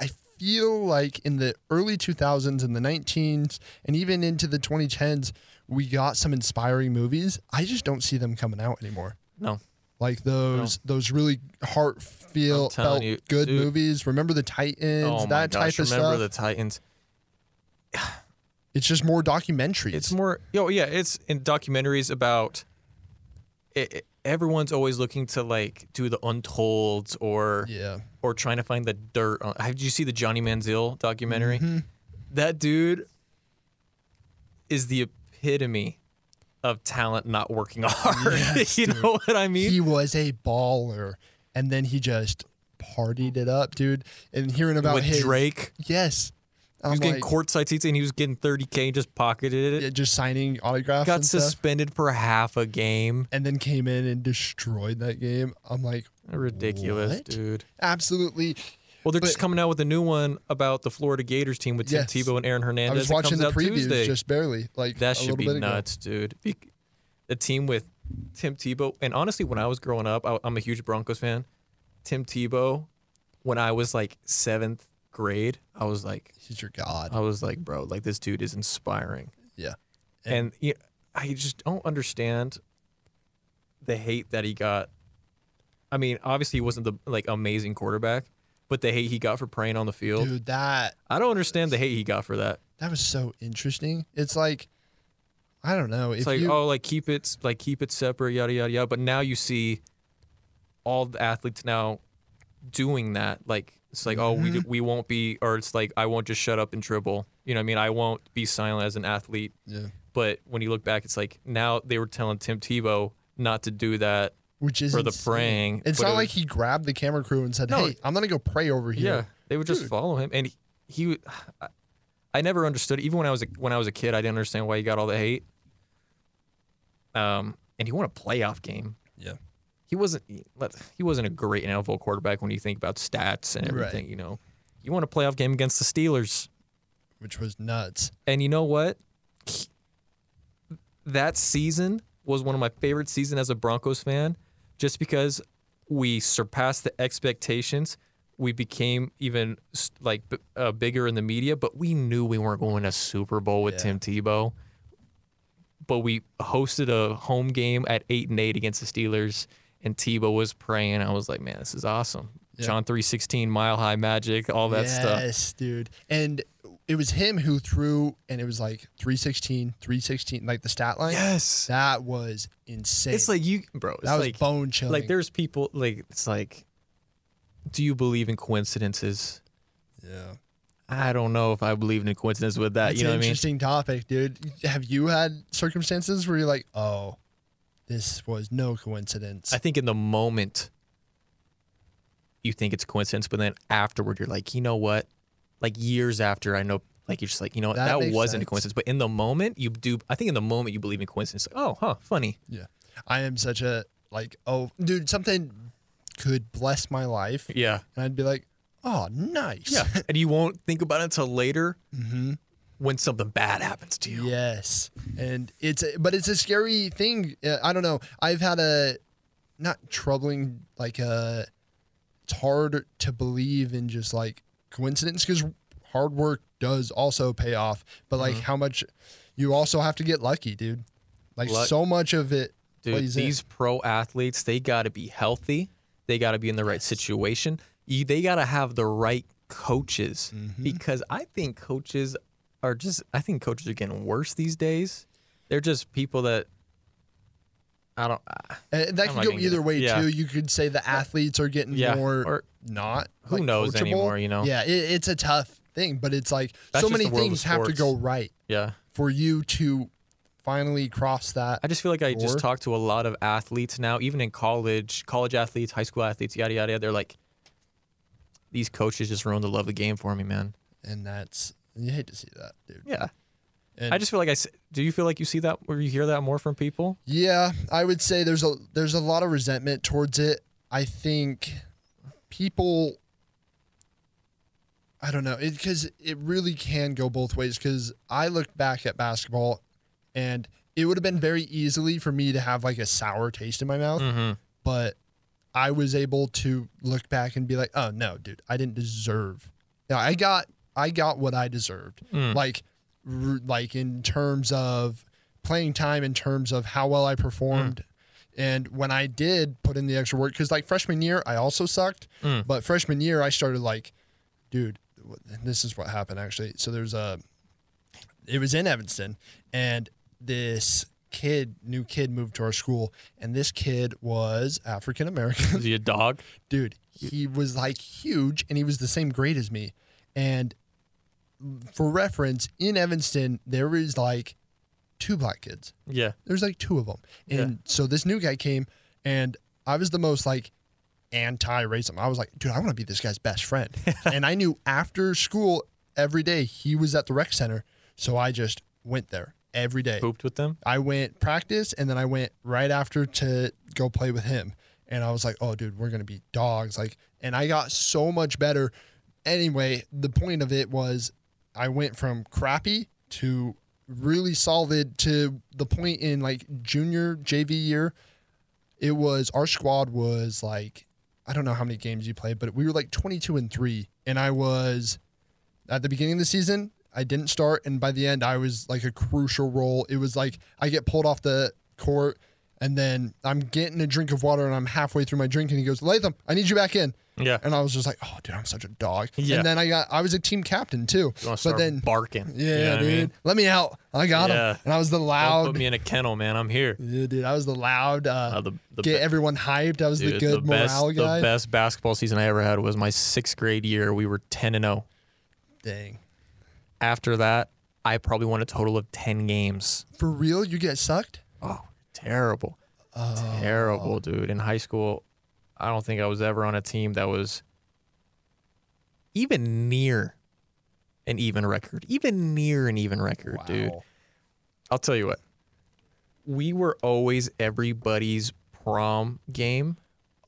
S1: I feel like in the early 2000s and the 19s and even into the 2010s we got some inspiring movies. I just don't see them coming out anymore.
S2: no.
S1: Like those those really heart feel
S2: I'm telling
S1: felt
S2: you,
S1: good
S2: dude.
S1: movies. Remember the Titans,
S2: Oh my
S1: that
S2: gosh,
S1: type of
S2: remember
S1: stuff.
S2: the Titans.
S1: it's just more documentaries.
S2: It's more, yo, yeah, it's in documentaries about. It, it- everyone's always looking to like do the untolds or
S1: yeah.
S2: or trying to find the dirt. On, have did you see the Johnny Manziel documentary?
S1: Mm-hmm.
S2: That dude is the epitome of talent not working hard. you know what I mean?
S1: He was a baller and then he just partied it up, dude. And hearing about
S2: With
S1: his
S2: Drake,
S1: Yes.
S2: he
S1: I'm
S2: was getting
S1: like-
S2: courtside seats and he was getting 30k and just pocketed it.
S1: yeah, just signing autographs
S2: Got
S1: and stuff,
S2: suspended for half a game.
S1: and then came in and destroyed that game. I'm like,
S2: Ridiculous,
S1: What?
S2: dude.
S1: absolutely.
S2: Well, they're just
S1: But-
S2: coming out with a new one about the Florida Gators team with Tim
S1: Yes.
S2: Tebow and Aaron
S1: I
S2: Hernandez.
S1: was
S2: It
S1: watching
S2: comes
S1: the
S2: out
S1: previews
S2: Tuesday.
S1: just barely, like
S2: that
S1: a
S2: should
S1: little
S2: be
S1: bit ago.
S2: nuts, dude. Be- the team with Tim Tebow and honestly, when I was growing up, I, I'm a huge Broncos fan. Tim Tebow, when I was like seventh grade, I was like,
S1: He's your god.
S2: I was like, bro, like this dude is inspiring.
S1: Yeah.
S2: And, yeah, I just don't understand the hate that he got. I mean, obviously he wasn't the like amazing quarterback, but the hate he got for praying on the field.
S1: Dude, that
S2: I don't understand the hate he got for that.
S1: that was so interesting. It's like, I don't know. If
S2: It's like,
S1: you,
S2: oh, like keep it like keep it separate, yada yada yada. But now you see all the athletes now doing that. Like it's like, oh, we d-
S1: Mm-hmm.
S2: we won't be, or it's like I won't just shut up and dribble. You know, what I mean, I won't be silent as an athlete.
S1: yeah.
S2: But when you look back, it's like now they were telling Tim Tebow not to do that
S1: which is
S2: for the
S1: insane.
S2: praying.
S1: It's
S2: but
S1: not
S2: it
S1: like
S2: was-
S1: he grabbed the camera crew and said,
S2: No.
S1: "Hey, I'm gonna go pray over
S2: yeah,
S1: here."
S2: they would just follow him, and he, he would- I, I never understood. Even when I was a, when I was a kid, I didn't understand why he got all the hate. Um, and he won a playoff game.
S1: Yeah.
S2: he wasn't he let- he wasn't a great NFL quarterback when you think about stats and
S1: Right.
S2: everything. You know, you won a playoff game against the Steelers,
S1: which was nuts.
S2: and you know what? That season was one of my favorite seasons as a Broncos fan, just because we surpassed the expectations. We became even s- like b- uh, bigger in the media, but we knew we weren't going to Super Bowl with
S1: Yeah.
S2: Tim Tebow. But we hosted a home game at eight and eight against the Steelers, and Tebow was praying. I was like, man, this is awesome.
S1: Yeah.
S2: John three sixteen, mile high magic, all that
S1: yes,
S2: stuff.
S1: dude. And it was him who threw, and it was like 316, 316, like the stat line.
S2: Yes,
S1: That was insane.
S2: it's like you, bro. It's
S1: that was
S2: like
S1: bone chilling.
S2: like there's people like it's like do you believe in coincidences
S1: yeah,
S2: I don't know if I believe in a coincidence with that.
S1: That's
S2: uh, you know
S1: an
S2: what I mean?
S1: interesting topic, dude. Have you had circumstances where you're like, oh, this was no coincidence?
S2: I think in the moment you think it's coincidence, but then afterward you're like, you know what? Like years after, I know, like you're just like, you know what?
S1: That
S2: That,
S1: makes
S2: wasn't a
S1: sense.
S2: coincidence. But in the moment, you do. I think in the moment you believe in coincidence. Like, oh, huh, funny.
S1: I am such a like, oh, dude, something could bless my life,
S2: Yeah,
S1: and I'd be like, oh, nice.
S2: yeah. and you won't think about it until later
S1: hmm
S2: when something bad happens to you.
S1: Yes, and it's a, but it's a scary thing. Uh, I don't know. I've had a not troubling like a. It's hard to believe in just like coincidence because hard work does also pay off. But like
S2: Mm-hmm.
S1: how much you also have to get lucky, dude. Like
S2: Luck-
S1: so much of it
S2: Dude,
S1: plays in.
S2: these pro athletes, they got to be healthy. They got to be in the right situation. You, they got to have the right coaches because I think coaches are just, I think coaches are getting worse these days. They're just people that, I don't, I-
S1: Uh, that could
S2: I'm not
S1: go
S2: gonna get
S1: either
S2: it.
S1: way
S2: Yeah.
S1: too. You could say the athletes are getting
S2: yeah.
S1: more
S2: or
S1: not.
S2: Who
S1: like,
S2: knows
S1: coachable.
S2: anymore, you know?
S1: Yeah, it, it's a tough thing, but it's like
S2: That's
S1: so
S2: just
S1: many
S2: the world of
S1: things have to go
S2: sports.
S1: right.
S2: yeah.
S1: for you to finally cross that.
S2: I just feel like I
S1: Or-
S2: just talk to a lot of athletes now, even in college, college athletes, high school athletes, yada, yada. yada. They're like, these coaches just ruined the love of the game for me, man.
S1: and that's you hate to see that, dude.
S2: Yeah.
S1: And
S2: I just feel like I, s- do you feel like you see that or you hear that more from people?
S1: yeah, I would say there's a there's a lot of resentment towards it. I think people I don't know, it cuz it really can go both ways cuz I look back at basketball and it would have been very easily for me to have like a sour taste in my mouth,
S2: Mm-hmm.
S1: but I was able to look back and be like, "Oh no, dude, I didn't deserve." Now, I got I got what I deserved.
S2: Mm.
S1: like r- like in terms of playing time in terms of how well I performed
S2: Mm.
S1: and when I did put in the extra work cuz like freshman year I also sucked
S2: Mm.
S1: but freshman year I started like dude w- this is what happened actually so there's a it was in Evanston and this kid new kid moved to our school and this kid was African American
S2: Is he a dog?
S1: dude he was like huge and he was the same grade as me and for reference in evanston there is like two black kids
S2: Yeah.
S1: there's like two of them and
S2: Yeah.
S1: so this new guy came and i was the most like anti-racism i was like dude i want to be this guy's best friend and i knew after school every day he was at the rec center so i just went there every day
S2: Pooped with them?
S1: I went practice and then I went right after to go play with him. And I was like, oh, dude, we're going to be dogs. Like, and I got so much better. Anyway, the point of it was I went from crappy to really solid to the point in like junior JV year. It was our squad was like, I don't know how many games you played, but we were like 22 and three. And I was at the beginning of the season, I didn't start, and by the end, I was like a crucial role. It was like I get pulled off the court, and then I'm getting a drink of water, and I'm halfway through my drink, and he goes, "Latham, I need you back in,"
S2: Yeah.
S1: and I was just like, "Oh, dude, I'm such a dog."
S2: Yeah.
S1: And then I got, I was a team captain too,
S2: You want to
S1: but
S2: start
S1: then,
S2: barking.
S1: yeah,
S2: you know what
S1: dude,
S2: I mean?
S1: let me out, I got
S2: Yeah.
S1: him, and I was the
S2: Don't
S1: loud,
S2: put me in a kennel, man. I'm here.
S1: yeah, dude, I was the loud, uh,
S2: Uh, the, the,
S1: get
S2: be-
S1: everyone hyped. I was the
S2: dude,
S1: good
S2: best,
S1: morale guy.
S2: the best basketball season I ever had was my sixth grade year. We were 10 and 0.
S1: Dang,
S2: After that, I probably won a total of 10 games.
S1: for real, you get sucked.
S2: Oh, terrible.
S1: Oh.
S2: Terrible, dude. In high school, I don't think I was ever on a team that was even near an even record. Even near an even record, dude.
S1: Wow.
S2: I'll tell you what. We were always everybody's prom game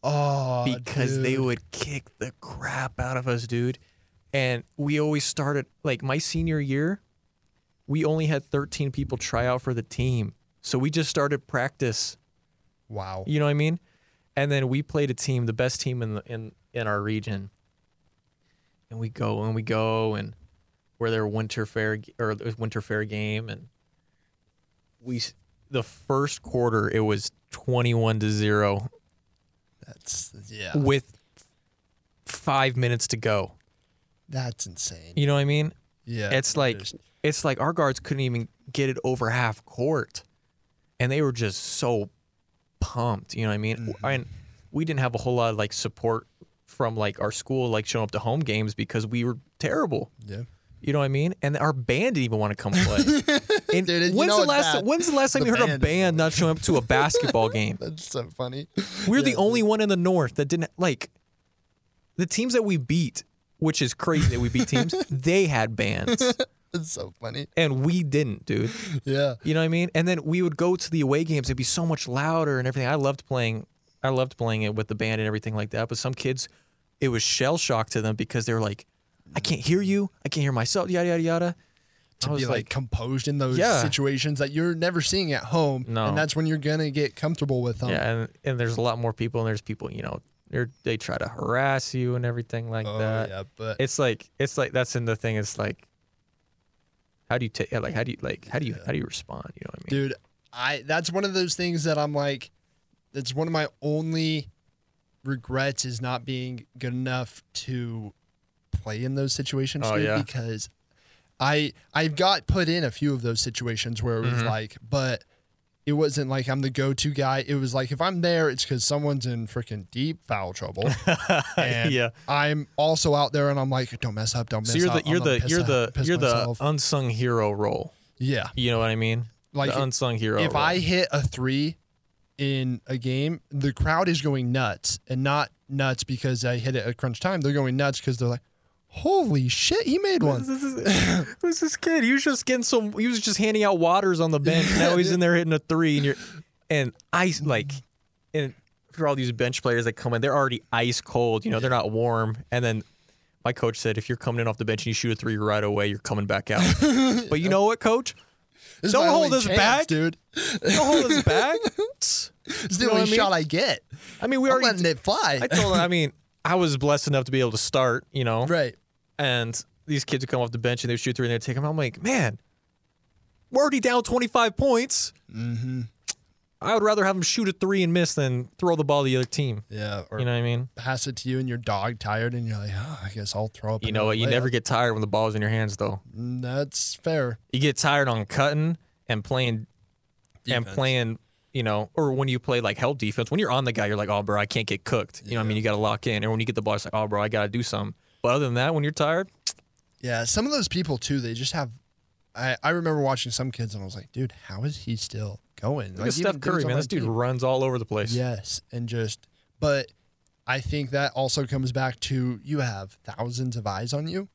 S1: Oh,
S2: because
S1: dude.
S2: they would kick the crap out of us, dude. And we always started like my senior year, we only had 13 people try out for the team. So we just started practice
S1: wow.
S2: you know what I mean? And then we played a team, the best team in the, in in our region. And we go and we go and we're their winter fair g- or it was winter fair game and we s- the first quarter it was 21 to 0
S1: That's yeah.
S2: with 5 minutes to go.
S1: That's insane.
S2: You know what I mean?
S1: Yeah.
S2: it's like it's like our guards couldn't even get it over half court and they were just
S1: Mm-hmm.
S2: so pumped you know what i mean and we didn't have a whole lot of like support from like our school like showing up to home games because we were terrible.
S1: Yeah.
S2: You know what I mean? And our band didn't even want to come play. And
S1: Dude, you
S2: when's
S1: know
S2: the
S1: it's
S2: last
S1: bad.
S2: when's the last time
S1: The
S2: you heard a
S1: band didn't
S2: band not showing up to a basketball game?
S1: That's so funny.
S2: We're
S1: Yeah.
S2: the only one in the north that didn't like the teams that we beat, which is crazy that we beat teams, they had bands
S1: That's so funny.
S2: and we didn't, dude.
S1: Yeah.
S2: You know what I mean? And then we would go to the away games. It'd be so much louder and everything. I loved playing. I loved playing it with the band and everything like that. But some kids, it was shell shock to them because they were like, "I can't hear you. I can't hear myself." Yada yada yada.
S1: To
S2: I was
S1: be like, composed in those
S2: Yeah.
S1: situations that you're never seeing at home.
S2: No.
S1: And that's when you're gonna get comfortable with them.
S2: yeah, and, and there's a lot more people, and there's people, you know, they they try to harass you and everything like
S1: Oh
S2: that.
S1: yeah, but
S2: It's like it's like that's in the thing. It's like, how do you take? Like how do you like how do you how do you respond? You know what I mean?
S1: dude i that's one of those things that i'm like that's one of my only regrets is not being good enough to play in those situations
S2: Oh,
S1: dude,
S2: yeah.
S1: because i i've got put in a few of those situations where it was
S2: Mhm.
S1: like but it wasn't like I'm the go-to guy. It was like if I'm there, it's because someone's in freaking deep foul trouble. And
S2: yeah.
S1: I'm also out there, and I'm like, don't mess up, don't mess
S2: So you're the
S1: up. I'm
S2: you're
S1: gonna
S2: the
S1: piss
S2: you're
S1: out-
S2: the
S1: piss
S2: you're the uh,
S1: myself.
S2: unsung hero role.
S1: yeah.
S2: You know what I mean?
S1: Like
S2: the unsung hero.
S1: if
S2: role.
S1: I hit a three in a game, the crowd is going nuts and not nuts because I hit it at crunch time. They're going nuts because they're like, holy shit, he made one.
S2: This is- who's this kid? He was just getting some. He was just handing out waters on the bench. Now he's in there hitting a three, and you're, and I like, and for all these bench players that come in, they're already ice cold. You know, they're not warm. And then my coach said, if you're coming in off the bench and you shoot a three right away, you're coming back out. but you know what, coach?
S1: This is
S2: Don't
S1: my
S2: hold
S1: only
S2: us
S1: chance,
S2: back.
S1: dude.
S2: Don't hold us back.
S1: It's
S2: You
S1: the
S2: know
S1: only
S2: what I mean?
S1: shot I get.
S2: I mean, we
S1: I'm
S2: already.
S1: letting it fly.
S2: I told. I mean, I was blessed enough to be able to start. You know,
S1: right.
S2: and these kids would come off the bench and they would shoot three and they'd take them. I'm like, man, we're already down 25 points. Mm-hmm. I would rather have them shoot a three and miss than throw the ball to the other team.
S1: Yeah. Or
S2: You know what I mean?
S1: pass it to you and your dog tired and you're like, oh, I guess I'll throw up.
S2: You know what? You never get tired when the ball's in your hands, though.
S1: Mm, That's fair.
S2: You get tired on cutting and playing and
S1: Defense.
S2: playing, you know, or when you play like help defense. When you're on the guy, you're like, oh, bro, I can't get cooked. You know what I mean? You got to lock in. And when you get the ball, it's like, oh, bro, I got to do something. But other than that, when you're tired,
S1: Yeah, some of those people too, they just have. I, I remember watching some kids and I was like, dude, how is he still going?
S2: look
S1: even
S2: at Steph
S1: dudes
S2: Curry,
S1: on my
S2: man. This dude
S1: team.
S2: runs all over the place.
S1: Yes, and just but I think that also comes back to you have thousands of eyes on you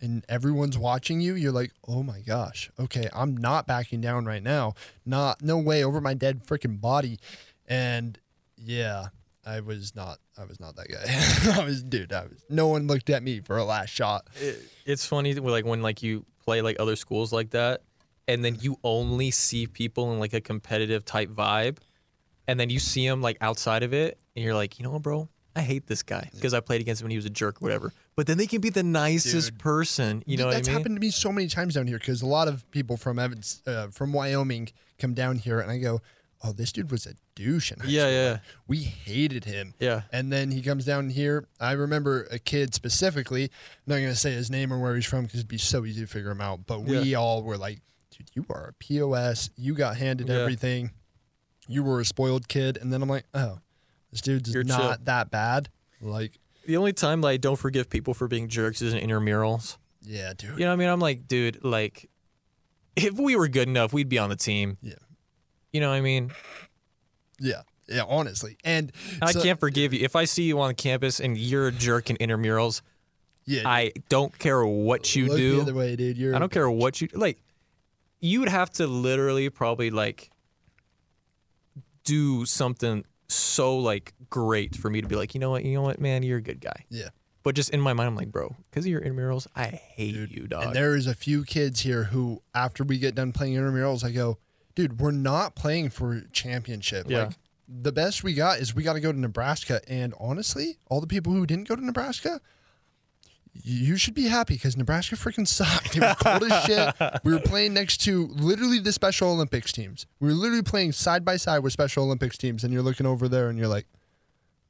S1: and everyone's watching you. You're like, "Oh my gosh. Okay, I'm not backing down right now. Not no way over my dead freaking body." And yeah, I was not I was not that guy. I was dude, I was no one looked at me for a last shot.
S2: it, it's funny that, like when like you play like other schools like that and then you only see people in like a competitive type vibe and then you see them like outside of it and you're like you know what bro i hate this guy because i played against him and he was a jerk or whatever but then they can be the nicest person you know what i
S1: that's
S2: mean
S1: happened to me so many times down here because a lot of people from Evans, uh, from Wyoming, come down here, and I go, "Oh, this dude was a douche." And
S2: yeah yeah
S1: we hated him.
S2: yeah
S1: And then he comes down here. I remember a kid specifically. I'm not gonna say his name or where he's from because it'd be so easy to figure him out. But we all were like, "Dude, you are a pos. You got handed
S2: Yeah.
S1: everything. You were a spoiled kid." And then I'm like, "Oh, this dude's
S2: You're
S1: not
S2: chill.
S1: that bad." Like,
S2: the only time like i don't forgive people for being jerks is in intramurals
S1: yeah, dude.
S2: you know what i mean i'm like dude like if we were good enough we'd be on the team
S1: Yeah.
S2: you know what i mean
S1: Yeah, yeah. Honestly, and
S2: I
S1: so-
S2: can't forgive you. If I see you on campus and you're a jerk in intramurals,
S1: Yeah,
S2: I don't care what you
S1: Look The other
S2: do.
S1: way, dude. You're
S2: I don't care what you like. You would have to literally probably like do something so like great for me to be like, you know what, you know what, man, you're a good guy.
S1: Yeah.
S2: But just in my mind, I'm like, bro, because of your intramurals, I hate you,
S1: And
S2: dog.
S1: there is a few kids here who, after we get done playing intramurals, I go, dude, we're not playing for championship.
S2: Yeah.
S1: Like, the best we got is we got to go to Nebraska. And honestly, all the people who didn't go to Nebraska, you should be happy because Nebraska freaking sucked. It was cold as shit. We were playing next to literally the Special Olympics teams. We were literally playing side by side with Special Olympics teams. And you're looking over there and you're like,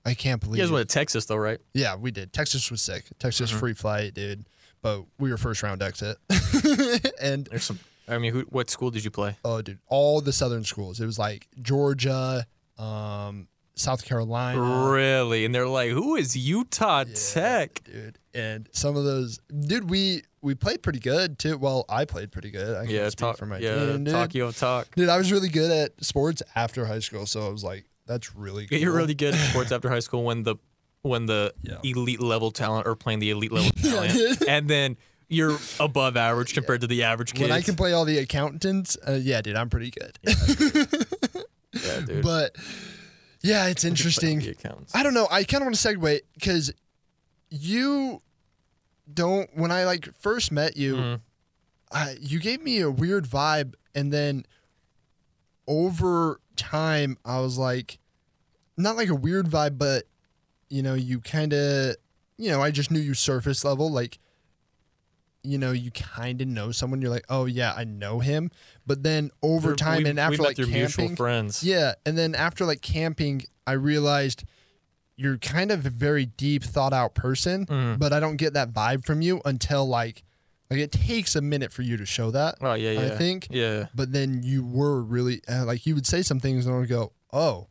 S1: I can't believe
S2: You guys went to Texas though, right?
S1: Yeah, we did. Texas was sick. Texas
S2: Mm-hmm.
S1: free flight, dude. But we were first round exit. and
S2: There's some. I mean, who, what school did you play?
S1: oh, dude, all the southern schools. It was like Georgia, um, South Carolina.
S2: Really? And they're like, who is Utah
S1: Yeah,
S2: Tech?
S1: dude. And some of those, dude. We we played pretty good too. Well, I played pretty good. I can
S2: Yeah,
S1: speak
S2: talk,
S1: for my
S2: yeah,
S1: team, dude.
S2: Tokyo Talk.
S1: Dude, I was really good at sports after high school, so I was like, that's really
S2: Yeah,
S1: cool.
S2: You're really good at sports after high school when the when the
S1: Yeah.
S2: elite level talent are playing the elite level
S1: Yeah,
S2: talent,
S1: dude.
S2: and then you're above average compared to the average kids.
S1: when I can play all the accountants, uh, yeah, dude, I'm pretty good.
S2: yeah, dude.
S1: but yeah, it's interesting.
S2: The accounts.
S1: I don't know. I kind of want to segue because you don't. When I like first met you,
S2: Mhm.
S1: uh, you gave me a weird vibe, and then over time, I was like, not like a weird vibe, but you know, you kind of, you know, I just knew you surface level, like. You know, you kind of know someone. You're like, oh yeah, I know him. But then over
S2: Through-
S1: time,
S2: we-
S1: and
S2: we
S1: after
S2: met
S1: like
S2: through
S1: camping,
S2: mutual friends.
S1: yeah, and then after like camping, I realized you're kind of a very deep, thought out person,
S2: Mhm.
S1: but I don't get that vibe from you until like, like it takes a minute for you to show that.
S2: Oh yeah, yeah.
S1: I think,
S2: Yeah.
S1: but then you were really uh, like you would say some things and I would go, oh,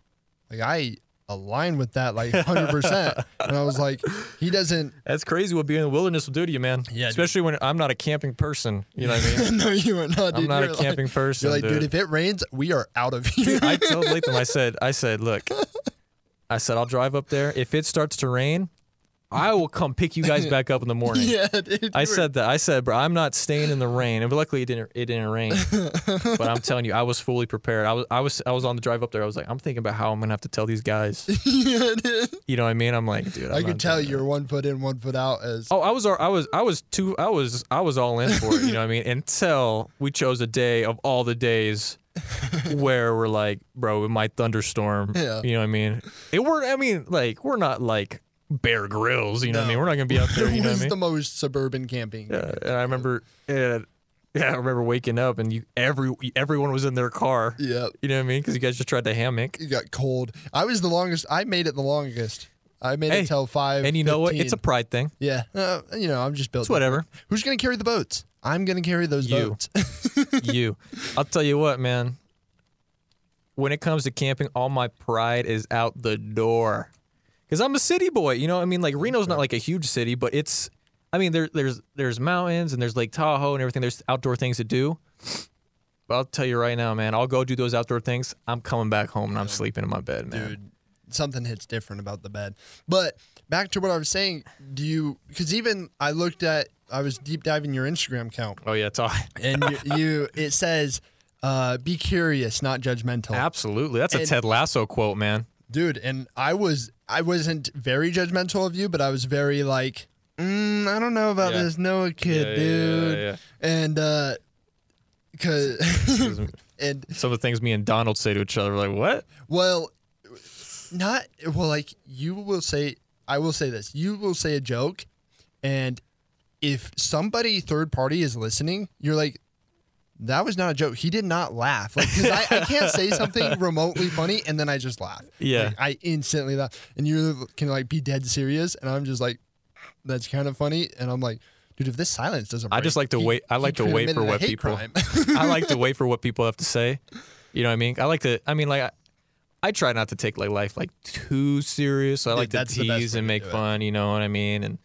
S1: like I align with that like hundred percent, and I was like, he doesn't.
S2: That's crazy what being in the wilderness will do to you, man.
S1: Yeah, dude.
S2: Especially when I'm not a camping person. You know what I mean?
S1: no, you are not.
S2: I'm
S1: dude.
S2: not
S1: You're
S2: a camping
S1: Like,
S2: person.
S1: you're like, dude,
S2: dude.
S1: if it rains, we are out of here.
S2: I told Latham, I said, I said, look, I said, I'll drive up there. If it starts to rain, I will come pick you guys back up in the morning.
S1: yeah, dude. you
S2: I
S1: were-
S2: said that. I said, bro, I'm not staying in the rain. And luckily, it didn't. It didn't rain. but I'm telling you, I was fully prepared. I was. I was. I was on the drive up there. I was like, I'm thinking about how I'm gonna have to tell these guys.
S1: yeah, dude.
S2: You know what I mean? I'm like, dude. I'm
S1: I
S2: not
S1: could tell
S2: doing that.
S1: you're one foot in, one foot out as
S2: Oh, I was. al- I was. I was too. I was. I was all in for it. You know what I mean? Until we chose a day of all the days where we're like, bro, it might thunderstorm.
S1: Yeah.
S2: You know what I mean? It we're. I mean, like, we're not like Bear Grylls. You know what I
S1: No.
S2: mean? We're not gonna be out there.
S1: It
S2: You know what I
S1: was
S2: mean?
S1: the most suburban camping.
S2: Yeah, and I remember, yeah, yeah, I remember waking up and you every everyone was in their car.
S1: Yep.
S2: You know what I mean? Because you guys just tried to hammock.
S1: It got cold. I was the longest. I made it the longest. I made
S2: Hey,
S1: it till five.
S2: And you know what? It's a pride thing.
S1: yeah. Uh, you know, I'm just built.
S2: It's whatever.
S1: Who's gonna carry the boats? I'm gonna carry those
S2: You.
S1: boats.
S2: you. I'll tell you what, man. When it comes to camping, all my pride is out the door. Cause I'm a city boy, you know. what I mean, like Reno's not like a huge city, but it's. I mean, there, there's there's mountains and there's Lake Tahoe and everything. There's outdoor things to do. But I'll tell you right now, man. I'll go do those outdoor things. I'm coming back home and I'm sleeping in my bed, man.
S1: Dude, something hits different about the bed. But back to what I was saying. Do you? Because even I looked at. I was deep diving your Instagram account,
S2: Oh yeah, it's all
S1: and you, you it says, uh, "Be curious, not judgmental."
S2: absolutely. That's a
S1: And-
S2: Ted Lasso quote, man.
S1: dude and i was i wasn't very judgmental of you but i was very like mm, i don't know about
S2: Yeah.
S1: this noah kid dude and uh cause and
S2: Some of the things me and Donald say to each other, like what?
S1: well not well like you will say i will say this you will say a joke and if somebody third party is listening you're like that was not a joke. He did not laugh. Like, 'cause I, I can't say something remotely funny and then I just laugh.
S2: Yeah.
S1: Like, I instantly laugh. And you can like be dead serious. And I'm just like, that's kind of funny. And I'm like, dude, if this silence doesn't
S2: I just
S1: break,
S2: like to
S1: he-
S2: wait- I
S1: he
S2: like to
S1: could have
S2: wait for
S1: admitted a
S2: what
S1: hate
S2: people-
S1: crime.
S2: I like to wait for what people have to say. You know what I mean? I like to. I mean, like I, I try not to take like life like too serious. I
S1: Dude,
S2: like to
S1: that's the best
S2: tease
S1: way
S2: and
S1: to
S2: make
S1: do it.
S2: fun. You know what I mean? And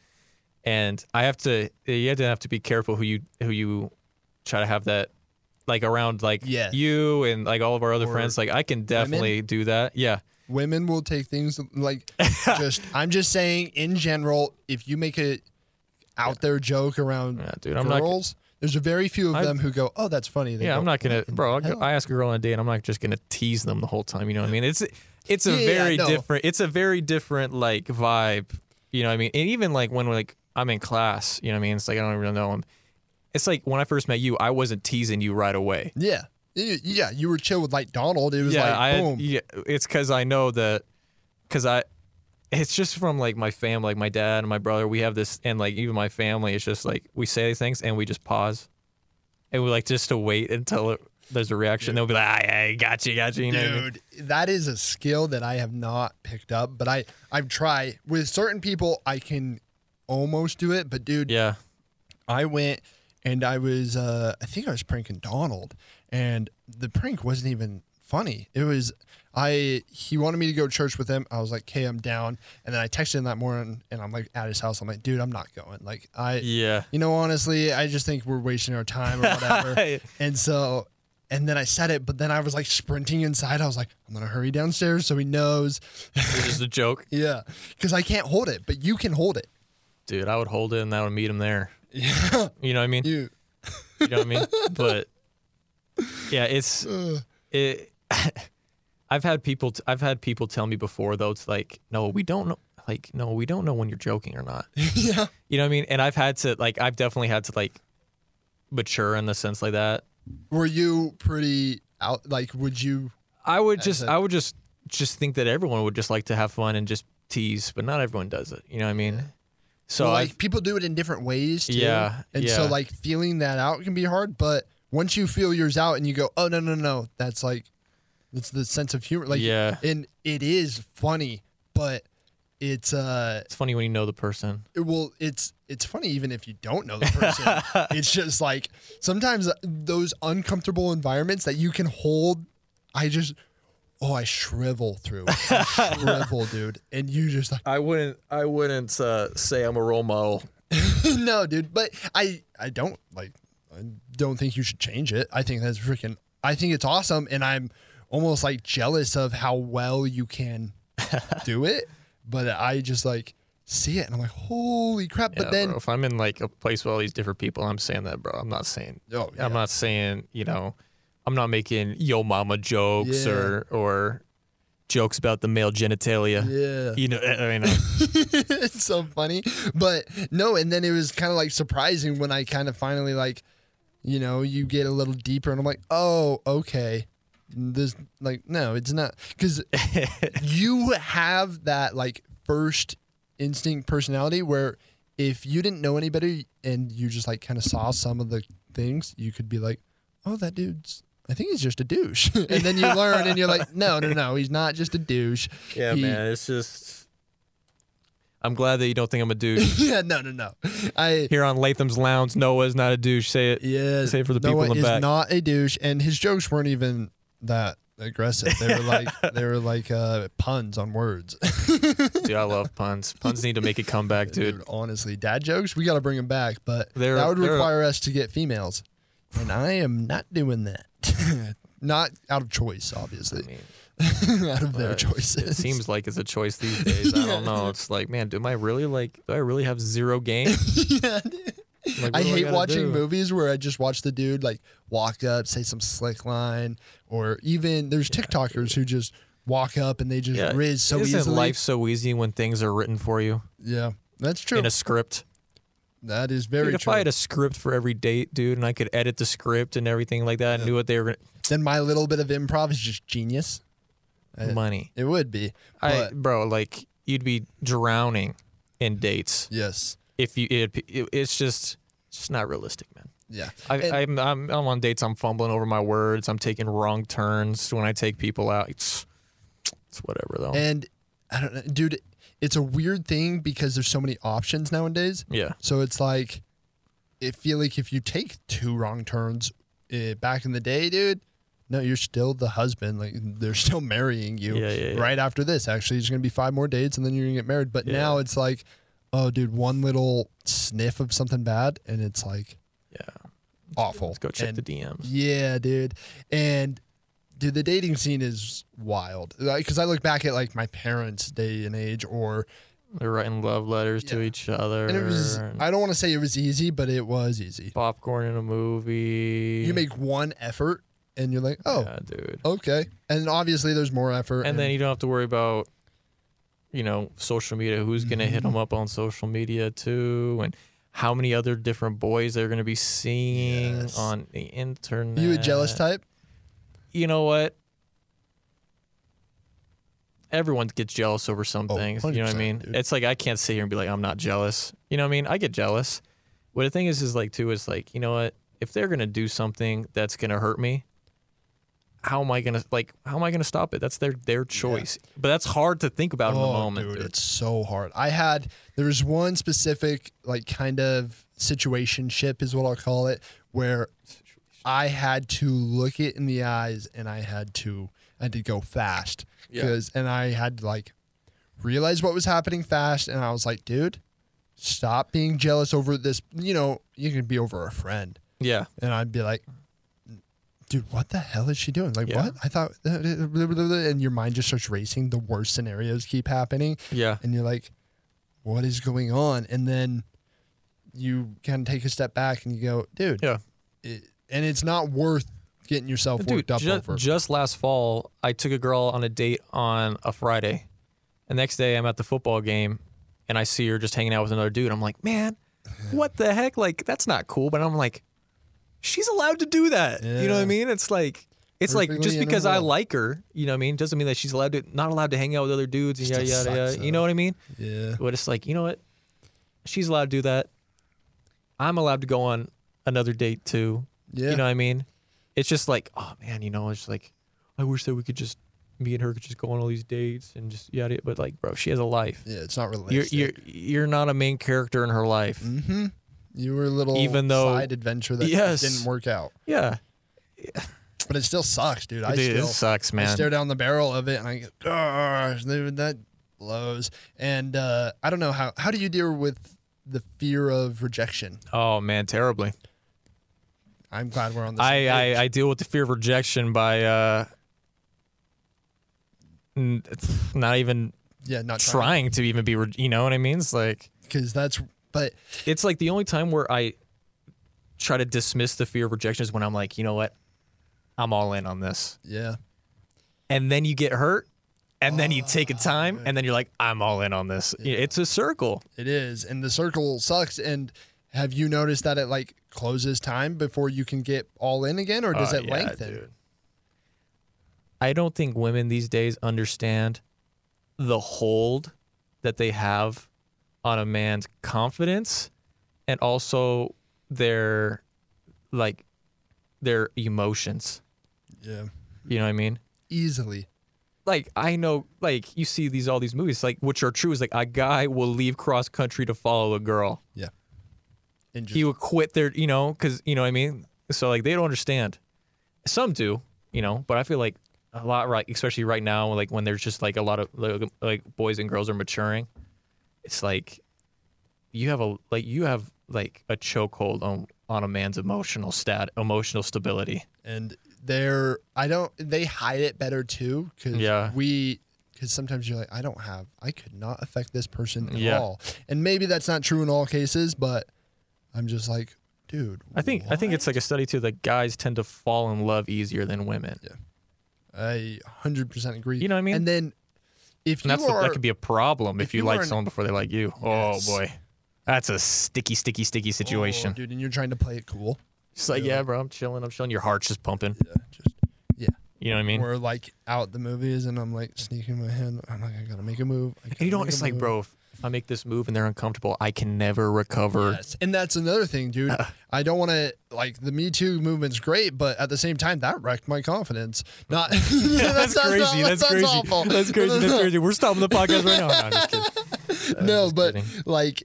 S2: and I have to. You have to have to be careful who you who you try to have that like around like
S1: Yes.
S2: you and like all of our other
S1: Or
S2: friends. Like I can definitely do that. Yeah.
S1: Women will take things like just, I'm just saying in general, if you make a out there joke around
S2: Yeah, dude, I'm not-
S1: girls, there's a very few of
S2: I-
S1: them who go, oh, that's funny. They
S2: Yeah,
S1: go,
S2: I'm not gonna, bro. I'll go-
S1: hell?
S2: I ask a girl on a date, and I'm not just gonna tease them the whole time. You know what I mean? It's it's a
S1: Yeah,
S2: very
S1: no.
S2: different. It's a very different like vibe. You know what I mean? And even like when like I'm in class, you know what I mean? It's like I don't even know them. It's like when I first met you, I wasn't teasing you right away.
S1: Yeah. Y- Yeah, you were chill with like Donald. It was
S2: yeah,
S1: like
S2: I
S1: boom.
S2: yeah, it's because I know that because I. It's just from like my family, like my dad and my brother. We have this, and like even my family. It's just like we say things and we just pause, and we like just to wait until it, there's a reaction. They'll be like, "I got you, got you." you know what I mean?
S1: Dude, that is a skill that I have not picked up, but I I've tried with certain people. I can almost do it, but dude,
S2: Yeah.
S1: I went and I was uh I think I was pranking Donald, and the prank wasn't even funny. It was I he wanted me to go to church with him. I was like, "Okay, I'm down." And then I texted him that morning, and I'm like at his house. I'm like, "Dude, I'm not going." Like I,
S2: Yeah.
S1: you know, honestly, I just think we're wasting our time or whatever. and so, and then I said it, but then I was like sprinting inside. I was like, "I'm gonna hurry downstairs so he knows."
S2: It's just a joke.
S1: yeah, because I can't hold it, but you can hold it.
S2: Dude, I would hold it and I would meet him there.
S1: Yeah,
S2: You know what I mean?
S1: you.
S2: You know what I mean? But yeah, it's
S1: Ugh.
S2: it. I've had people. T- I've had people tell me before though. It's like, no, we don't know. Like, no, we don't know when you're joking or not.
S1: yeah,
S2: You know what I mean? And I've had to like. I've definitely had to like mature in the sense like that.
S1: were you pretty out? Like, would you?
S2: I would just.
S1: a-
S2: I would just just think that everyone would just like to have fun and just tease, but not everyone does it. You know what I mean? So
S1: Well,
S2: I.
S1: like people do it in different ways. Too.
S2: Yeah,
S1: and so
S2: yeah.
S1: like feeling that out can be hard, but once you feel yours out and you go, oh no no no, that's like, it's the sense of humor. Like
S2: yeah.
S1: and it is funny, but it's uh,
S2: It's funny when you know the person.
S1: it will it's it's funny even if you don't know the person. it's just like sometimes those uncomfortable environments that you can hold. I just. Oh, I shrivel through, I shrivel, dude, and you just like.
S2: I wouldn't. I wouldn't uh, say I'm a role model.
S1: no, dude. But I, I don't like. I don't think you should change it. I think that's freaking. I think it's awesome, and I'm almost like jealous of how well you can do it. But I just like see it, and I'm like, holy crap!
S2: Yeah,
S1: but then,
S2: bro, if I'm in like a place with all these different people, I'm saying that, bro. I'm not saying.
S1: oh, yeah.
S2: I'm not saying. You know, I'm not making yo mama jokes
S1: Yeah.
S2: or or jokes about the male genitalia.
S1: yeah.
S2: You know, I mean, uh,
S1: it's so funny. But no, and then it was kind of like surprising when I kind of finally like, you know, you get a little deeper, and I'm like, oh, okay. This like no, it's not because you have that like first instinct personality where if you didn't know anybody and you just like kind of saw some of the things, you could be like, oh, that dude's. I think he's just a douche. and then you learn and you're like, no, no, no, he's not just a douche. He-
S2: It's just. I'm glad that you don't think I'm a douche.
S1: yeah, no, no, no. I
S2: Here on Latham's Lounge, Noah's not a douche. Say it.
S1: Yeah.
S2: Save for the people
S1: Noah
S2: in the
S1: is
S2: back.
S1: not a douche, and his jokes weren't even that aggressive. They were like they were like uh, puns on words.
S2: Dude, I love puns. Puns need to make a comeback, dude.
S1: honestly, dad jokes we got to bring them back, but
S2: They're-
S1: that would
S2: they're-
S1: require us to get females, and I am not doing that. not out of choice,
S2: I
S1: obviously,
S2: mean,
S1: out of their
S2: but
S1: choices.
S2: It seems like it's a choice these days. I don't know. It's like, man, do I really like? Do I really have zero game?
S1: Yeah.
S2: Like, what
S1: I
S2: do
S1: hate
S2: gotta
S1: watching
S2: do?
S1: movies where I just watch the dude like walk up, say some slick line, or even there's TikTokers who just walk up and they just
S2: Yeah,
S1: rizz so
S2: Isn't
S1: easily.
S2: life so easy when things are written for you
S1: Yeah, that's true.
S2: in a script?
S1: that is very
S2: Dude, if
S1: true.
S2: I had a script for every date, dude, and I could edit the script and everything like that, and knew what they were gonna
S1: then my little bit of improv is just genius. Uh,
S2: money.
S1: It would be.
S2: I,
S1: But
S2: bro, like you'd be drowning in dates
S1: yes,
S2: if you. It, it, it's just, it's just not realistic, man.
S1: yeah.
S2: I,
S1: And-
S2: I'm, I'm, I'm on dates. I'm fumbling over my words. I'm taking wrong turns when I take people out. It's, it's whatever though.
S1: And I don't know, dude. It's a weird thing because there's so many options nowadays.
S2: yeah.
S1: So it's like, it feel like if you take two wrong turns eh, back in the day, dude. No, you're still the husband. Like they're still marrying you
S2: Yeah, yeah, yeah.
S1: right after this. Actually, there's gonna be five more dates, and then you're gonna get married. But
S2: Yeah.
S1: now it's like, oh, dude, one little sniff of something bad, and it's like
S2: Yeah.
S1: awful.
S2: Let's go check
S1: And-
S2: the DMs.
S1: Yeah, dude. And dude, the dating scene is wild. Because I look back at like my parents' day and age, or
S2: They're writing love letters to
S1: Yeah.
S2: each other.
S1: and it was.
S2: and
S1: I don't want to say it was easy, but it was easy.
S2: popcorn in a movie.
S1: You make one effort, and you're like, oh,
S2: yeah, dude.
S1: okay. And obviously, there's more effort.
S2: And then you don't have to worry about, you know, social media. Who's gonna
S1: Mm-hmm.
S2: hit them up on social media too, and how many other different boys they're gonna be seeing
S1: Yes.
S2: on the internet.
S1: you a jealous type?
S2: You know what? Everyone gets jealous over some
S1: Oh,
S2: things. You know what I
S1: 100%,
S2: mean?
S1: dude.
S2: It's like I can't sit here and be like, I'm not jealous. You know what I mean? I get jealous. What the thing is, is like too is like, you know what? If they're gonna do something that's gonna hurt me, how am I gonna like? How am I gonna stop it? That's their their choice. But that's hard to think about in the moment.
S1: Oh, dude,
S2: dude.
S1: it's so hard. I had there was one specific like kind of situationship is what I'll call it, where I had to look it in the eyes and I had to I had to go fast
S3: Yeah.
S1: because and I had to like realize what was happening fast and I was like, dude, stop being jealous over this. You know, you can be over a friend
S2: Yeah.
S1: and I'd be like, dude, what the hell is she doing? Like,
S2: Yeah.
S1: what? I thought, and your mind just starts racing. The worst scenarios keep happening,
S2: Yeah.
S1: and you're like, what is going on? And then you kind of take a step back and you go, dude,
S2: Yeah.
S1: it- and it's not worth getting yourself worked up
S2: ju-
S1: over.
S2: just last fall, I took a girl on a date on a Friday. The next day, I'm at the football game, and I see her just hanging out with another dude. I'm like, man, what the heck? Like, that's not cool. But I'm like, she's allowed to do that. You know what
S1: Yeah.
S2: I mean? It's like, it's like
S1: Perfectly
S2: just
S1: in her
S2: because I
S1: world.
S2: like her, you know what I mean, doesn't mean that she's allowed to not allowed to hang out with other dudes and
S1: Still
S2: yada yada
S1: sucks,
S2: yada. You
S1: though.
S2: know what I mean?
S1: yeah.
S2: But it's like, you know what? She's allowed to do that. I'm allowed to go on another date too.
S1: Yeah.
S2: You know what I mean? It's just like, oh man, you know, it's just like, I wish that we could just, me and her could just go on all these dates and just yada. But like, bro, she has a life.
S1: Yeah. It's not
S2: You're
S1: realistic.
S2: you're you're not a main character in her life.
S1: hmm You were a little
S2: Even though-
S1: side adventure that
S2: Yes.
S1: didn't work out,
S2: Yeah,
S1: but it still sucks, dude. I
S2: Dude,
S1: still
S2: it sucks,
S1: I
S2: man.
S1: stare down the barrel of it and I go, "Gosh, dude, that blows. And uh, I don't know how how do you deal with the fear of rejection?
S2: Oh man, terribly.
S1: I'm glad we're on this.
S2: I, I I deal with the fear of rejection by uh, n- not even
S1: yeah, not trying
S2: trying to even be. Re- you know what I mean? It's like.
S1: because that's but
S2: it's like the only time where I try to dismiss the fear of rejection is when I'm like, you know what, I'm all in on this,
S1: yeah,
S2: and then you get hurt, and then you take
S1: Oh,
S2: a time, and then you're like, I'm all in on this. It's a circle.
S1: it is. And the circle sucks. And have you noticed that it like closes time before you can get all in again, or does
S2: Uh,
S1: it
S2: yeah,
S1: lengthen?
S2: dude. I don't think women these days understand the hold that they have on a man's confidence and also their like their emotions.
S1: Yeah,
S2: You know what I mean?
S1: easily.
S2: like I know, like you see these all these movies, like which are true, is like a guy will leave cross country to follow a girl.
S1: Yeah, and just,
S2: He will quit their, you know, because you know what I mean. So like they don't understand. Some do, you know, but I feel like a lot right, especially right now, like when there's just like a lot of like, like boys and girls are maturing. It's like you have a like you have like a chokehold on on a man's emotional stat emotional stability.
S1: and they're I don't they hide it better too because
S2: Yeah.
S1: we because sometimes you're like I don't have I could not affect this person at
S2: Yeah.
S1: all and maybe that's not true in all cases but I'm just like dude
S2: I think I think it's like a study too that guys tend to fall in love easier than women.
S1: I hundred percent agree
S2: You know what I mean?
S1: and then if
S2: And
S1: you
S2: that's the,
S1: are
S2: that could be a problem if,
S1: if
S2: you,
S1: you
S2: like
S1: are an-
S2: someone before they like you.
S1: Yes.
S2: Oh boy, that's a sticky, sticky, sticky
S1: Oh,
S2: situation.
S1: dude and you're trying to play it cool
S2: it's like, yeah, bro, I'm chilling, I'm chilling. Your heart's just pumping.
S1: yeah just
S2: You know what I mean?
S1: we're like out the movies and I'm like sneaking my hand I'm like I gotta make a move I
S2: And you
S1: gotta
S2: don't.
S1: make
S2: It's
S1: a
S2: like,
S1: move.
S2: bro, if I make this move and they're uncomfortable, I can never recover.
S1: Yes. And that's another thing, dude. I don't want to like the Me Too movement's great, but at the same time, that wrecked my confidence. Not
S2: That's,
S1: not-
S2: crazy. That's, crazy.
S1: awful.
S2: That's crazy. That's crazy. We're stopping the podcast right now. No, I'm just kidding.
S1: no,
S2: just
S1: but
S2: kidding.
S1: like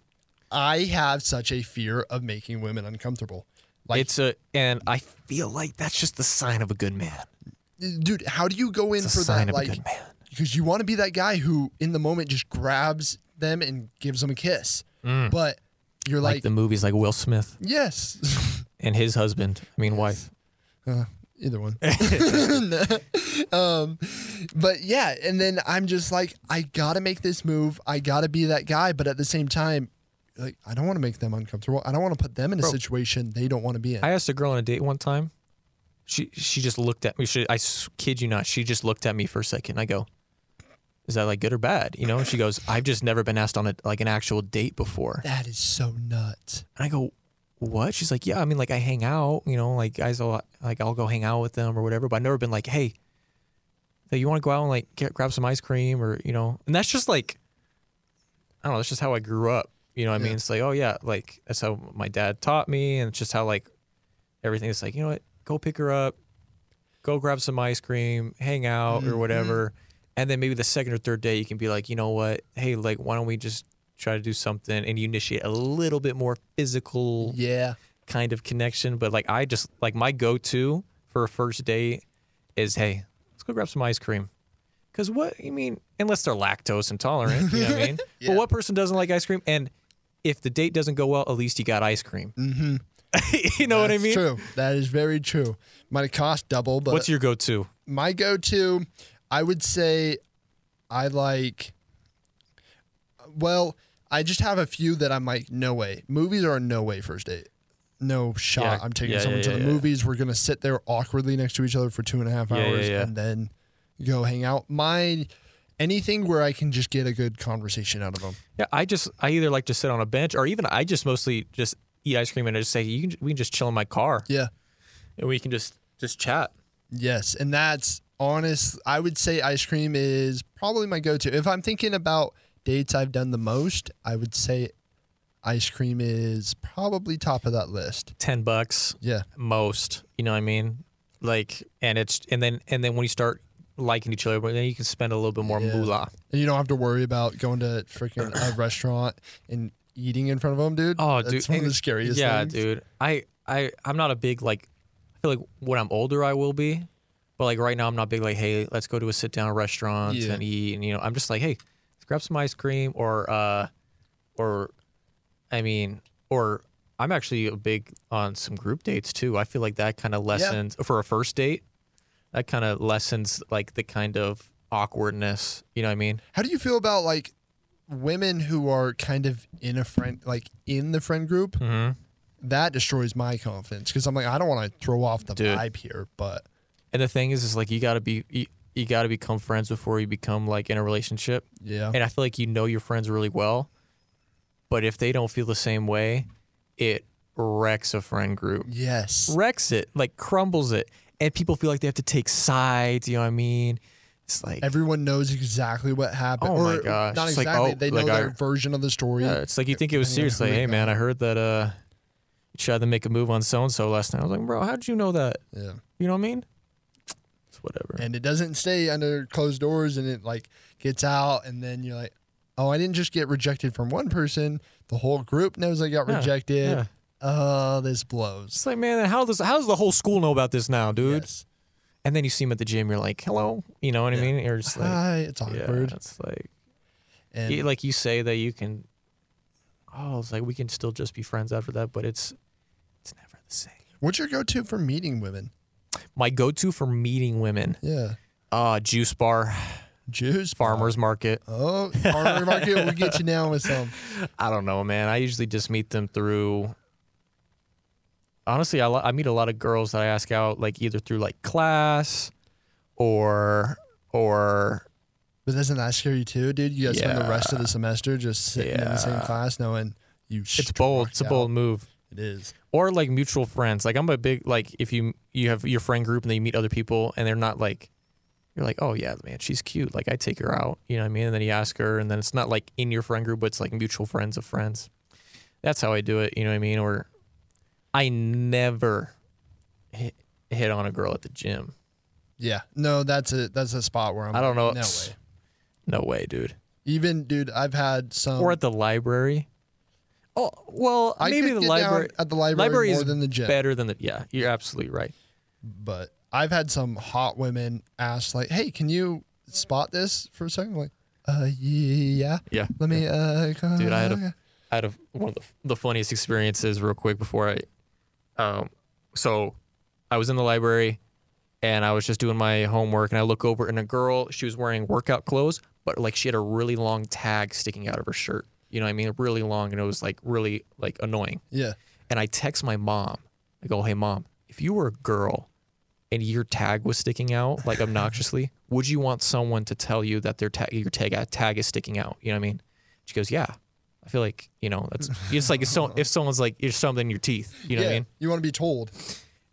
S1: I have such a fear of making women uncomfortable. Like,
S2: It's a, and I feel like that's just the sign of a good man.
S1: dude, how do you go in
S2: It's
S1: for
S2: a sign
S1: that?
S2: of a
S1: Like,
S2: good man.
S1: because you want to be that guy who, in the moment, just grabs them and gives them a kiss, but you're
S2: Mm. Like,
S1: like,
S2: the movies, like Will Smith
S1: yes,
S2: and his husband. I mean, wife.
S1: either one. um, but yeah, and then I'm just like, I gotta make this move. I gotta be that guy. But at the same time, like, I don't want to make them uncomfortable. I don't want to put them in a
S2: Bro.
S1: situation they don't want to be in.
S2: I asked a girl on a date one time. She she just looked at me. She, I s- kid you not. She just looked at me for a second. I go, "Is that like good or bad?" You know. And she goes, "I've just never been asked on a like an actual date before."
S1: that is so nuts.
S2: And I go, "What?" She's like, "Yeah, I mean, like I hang out. You know, like guys, a lot, like I'll go hang out with them or whatever. But I've never been like, hey, that you want to go out and like get, grab some ice cream or you know." And that's just like, I don't know. That's just how I grew up. You know what I mean? It's like, oh yeah, like that's how my dad taught me, and it's just how like everything is like, you know what? Go pick her up, go grab some ice cream, hang out or whatever. And then maybe the second or third day, you can be like, you know what? Hey, like, why don't we just try to do something and you initiate a little bit more physical
S1: Yeah,
S2: kind of connection, but like I just like my go-to for a first date is hey, let's go grab some ice cream. Cause what you mean, unless they're lactose intolerant, you know what I mean?
S1: Yeah.
S2: But what person doesn't like ice cream? And if the date doesn't go well, at least you got ice cream.
S1: Mm-hmm.
S2: you know what I
S1: That's
S2: mean?
S1: True. That is very true. Might cost double, but
S2: What's your go-to?
S1: my go-to i would say i like well i just have a few that i'm like no way movies are a no way first date no shot
S2: Yeah.
S1: i'm taking
S2: Yeah,
S1: someone
S2: yeah,
S1: to
S2: yeah,
S1: the
S2: yeah.
S1: movies we're gonna sit there awkwardly next to each other for two and a half
S2: Yeah, yeah,
S1: hours
S2: yeah.
S1: and then go hang out my anything where i can just get a good conversation out of them
S2: Yeah, I just I either like to sit on a bench or even I just mostly just eat ice cream and I just say you can we can just chill in my car
S1: yeah
S2: and we can just just chat.
S1: Yes, and that's honest. I would say ice cream is probably my go-to. If I'm thinking about dates I've done the most, I would say ice cream is probably top of that list.
S2: Ten bucks
S1: Yeah,
S2: most, you know what I mean? Like and it's and then and then when you start liking each other, then you can spend a little bit more
S1: Yeah.
S2: moolah.
S1: and you don't have to worry about going to freaking a restaurant and eating in front of them, dude.
S2: Oh,
S1: that's
S2: dude,
S1: one of
S2: and-
S1: the scariest.
S2: Yeah,
S1: things.
S2: dude. I I I'm not a big like I feel like when I'm older I will be, but like right now I'm not big like hey, let's go to a sit down restaurant
S1: Yeah.
S2: and eat and you know, I'm just like hey, let's grab some ice cream or uh or I mean or I'm actually a big on some group dates too. I feel like that kind of lessens for a first date. That kind of lessens like the kind of awkwardness, you know what I mean?
S1: How do you feel about like women who are kind of in a friend, like in the friend group?
S2: Mhm.
S1: That destroys my confidence because I'm like, I don't want to throw off the
S2: Dude.
S1: vibe here, but
S2: And the thing is is like you got to be you, you got to become friends before you become like in a relationship.
S1: yeah,
S2: and I feel like you know your friends really well, but if they don't feel the same way, it wrecks a friend group.
S1: yes,
S2: Wrecks it, like crumbles it. And people feel like they have to take sides, you know what I mean? It's like
S1: Everyone knows exactly what happened.
S2: Oh
S1: or
S2: my gosh.
S1: Not
S2: It's like,
S1: exactly.
S2: oh,
S1: they know
S2: like
S1: their
S2: I-
S1: version of the story.
S2: yeah, it's like you think it was
S1: Depending on
S2: serious. Like,
S1: who
S2: hey
S1: they
S2: man, I heard that uh you tried to make a move on so and so last night. I was like, bro, how did you know that?
S1: Yeah.
S2: You know what I mean? It's whatever.
S1: And it doesn't stay under closed doors and it like gets out and then you're like, Oh, I didn't just get rejected from one person. The whole group knows I got
S2: Yeah,
S1: rejected.
S2: yeah.
S1: Oh, this blows.
S2: It's like, man, how does how does the whole school know about this now, dude?
S1: Yes.
S2: And then you see him at the gym, you're like, hello, you know what I
S1: Yeah.
S2: mean? You're just like,
S1: Hi, it's awkward.
S2: yeah, it's like
S1: And
S2: Yeah, like you say that you can oh it's like we can still just be friends after that but it's it's never the same
S1: what's your go to for meeting women?
S2: my go-to for meeting women
S1: Yeah.
S2: uh juice bar
S1: Jews.
S2: farmers market
S1: Oh, farmer market, we'll get you down with some.
S2: i don't know man i usually just meet them through honestly i, lo- I meet a lot of girls that i ask out like either through like class or or
S1: But doesn't that scare you too, dude? You guys spend the rest of the semester just sitting in the same
S2: Yeah.
S1: class knowing you
S2: it's bold it's a
S1: struck out.
S2: bold move
S1: It is.
S2: or like mutual friends. Like I'm a big like if you you have your friend group and then you meet other people and they're not like you're like oh yeah man she's cute like I take her out you know what I mean and then you ask her and then it's not like in your friend group but it's like mutual friends of friends. That's how I do it. You know what I mean? Or I never hit, hit on a girl at the gym.
S1: Yeah. No, that's a that's a spot where I'm
S2: I don't know.
S1: like, No way.
S2: No way, dude.
S1: Even dude, I've had some
S2: or at the library. Oh well,
S1: Um, I
S2: maybe
S1: could
S2: the
S1: get
S2: library.
S1: down at the library,
S2: library
S1: more
S2: is
S1: than the gym.
S2: Better than the yeah. You're absolutely right.
S1: But I've had some hot women ask like, Hey, can you spot this for a second? I'm like, uh yeah.
S2: Yeah.
S1: Let me uh come
S2: Dude, I had a- I had a, one of the, the funniest experiences real quick before I, um, so I was in the library and I was just doing my homework and I look over and a girl, she was wearing workout clothes, but like she had a really long tag sticking out of her shirt. You know what I mean? Really long. And it was like really like annoying.
S1: Yeah.
S2: And I text my mom. I go, hey mom, if you were a girl and your tag was sticking out like obnoxiously, would you want someone to tell you that their tag, your tag, uh, tag is sticking out? You know what I mean? She goes, yeah. I feel like you know that's it's like if, so, if someone's like there's something in your teeth, you know
S1: yeah.
S2: what I mean?
S1: You want to be told.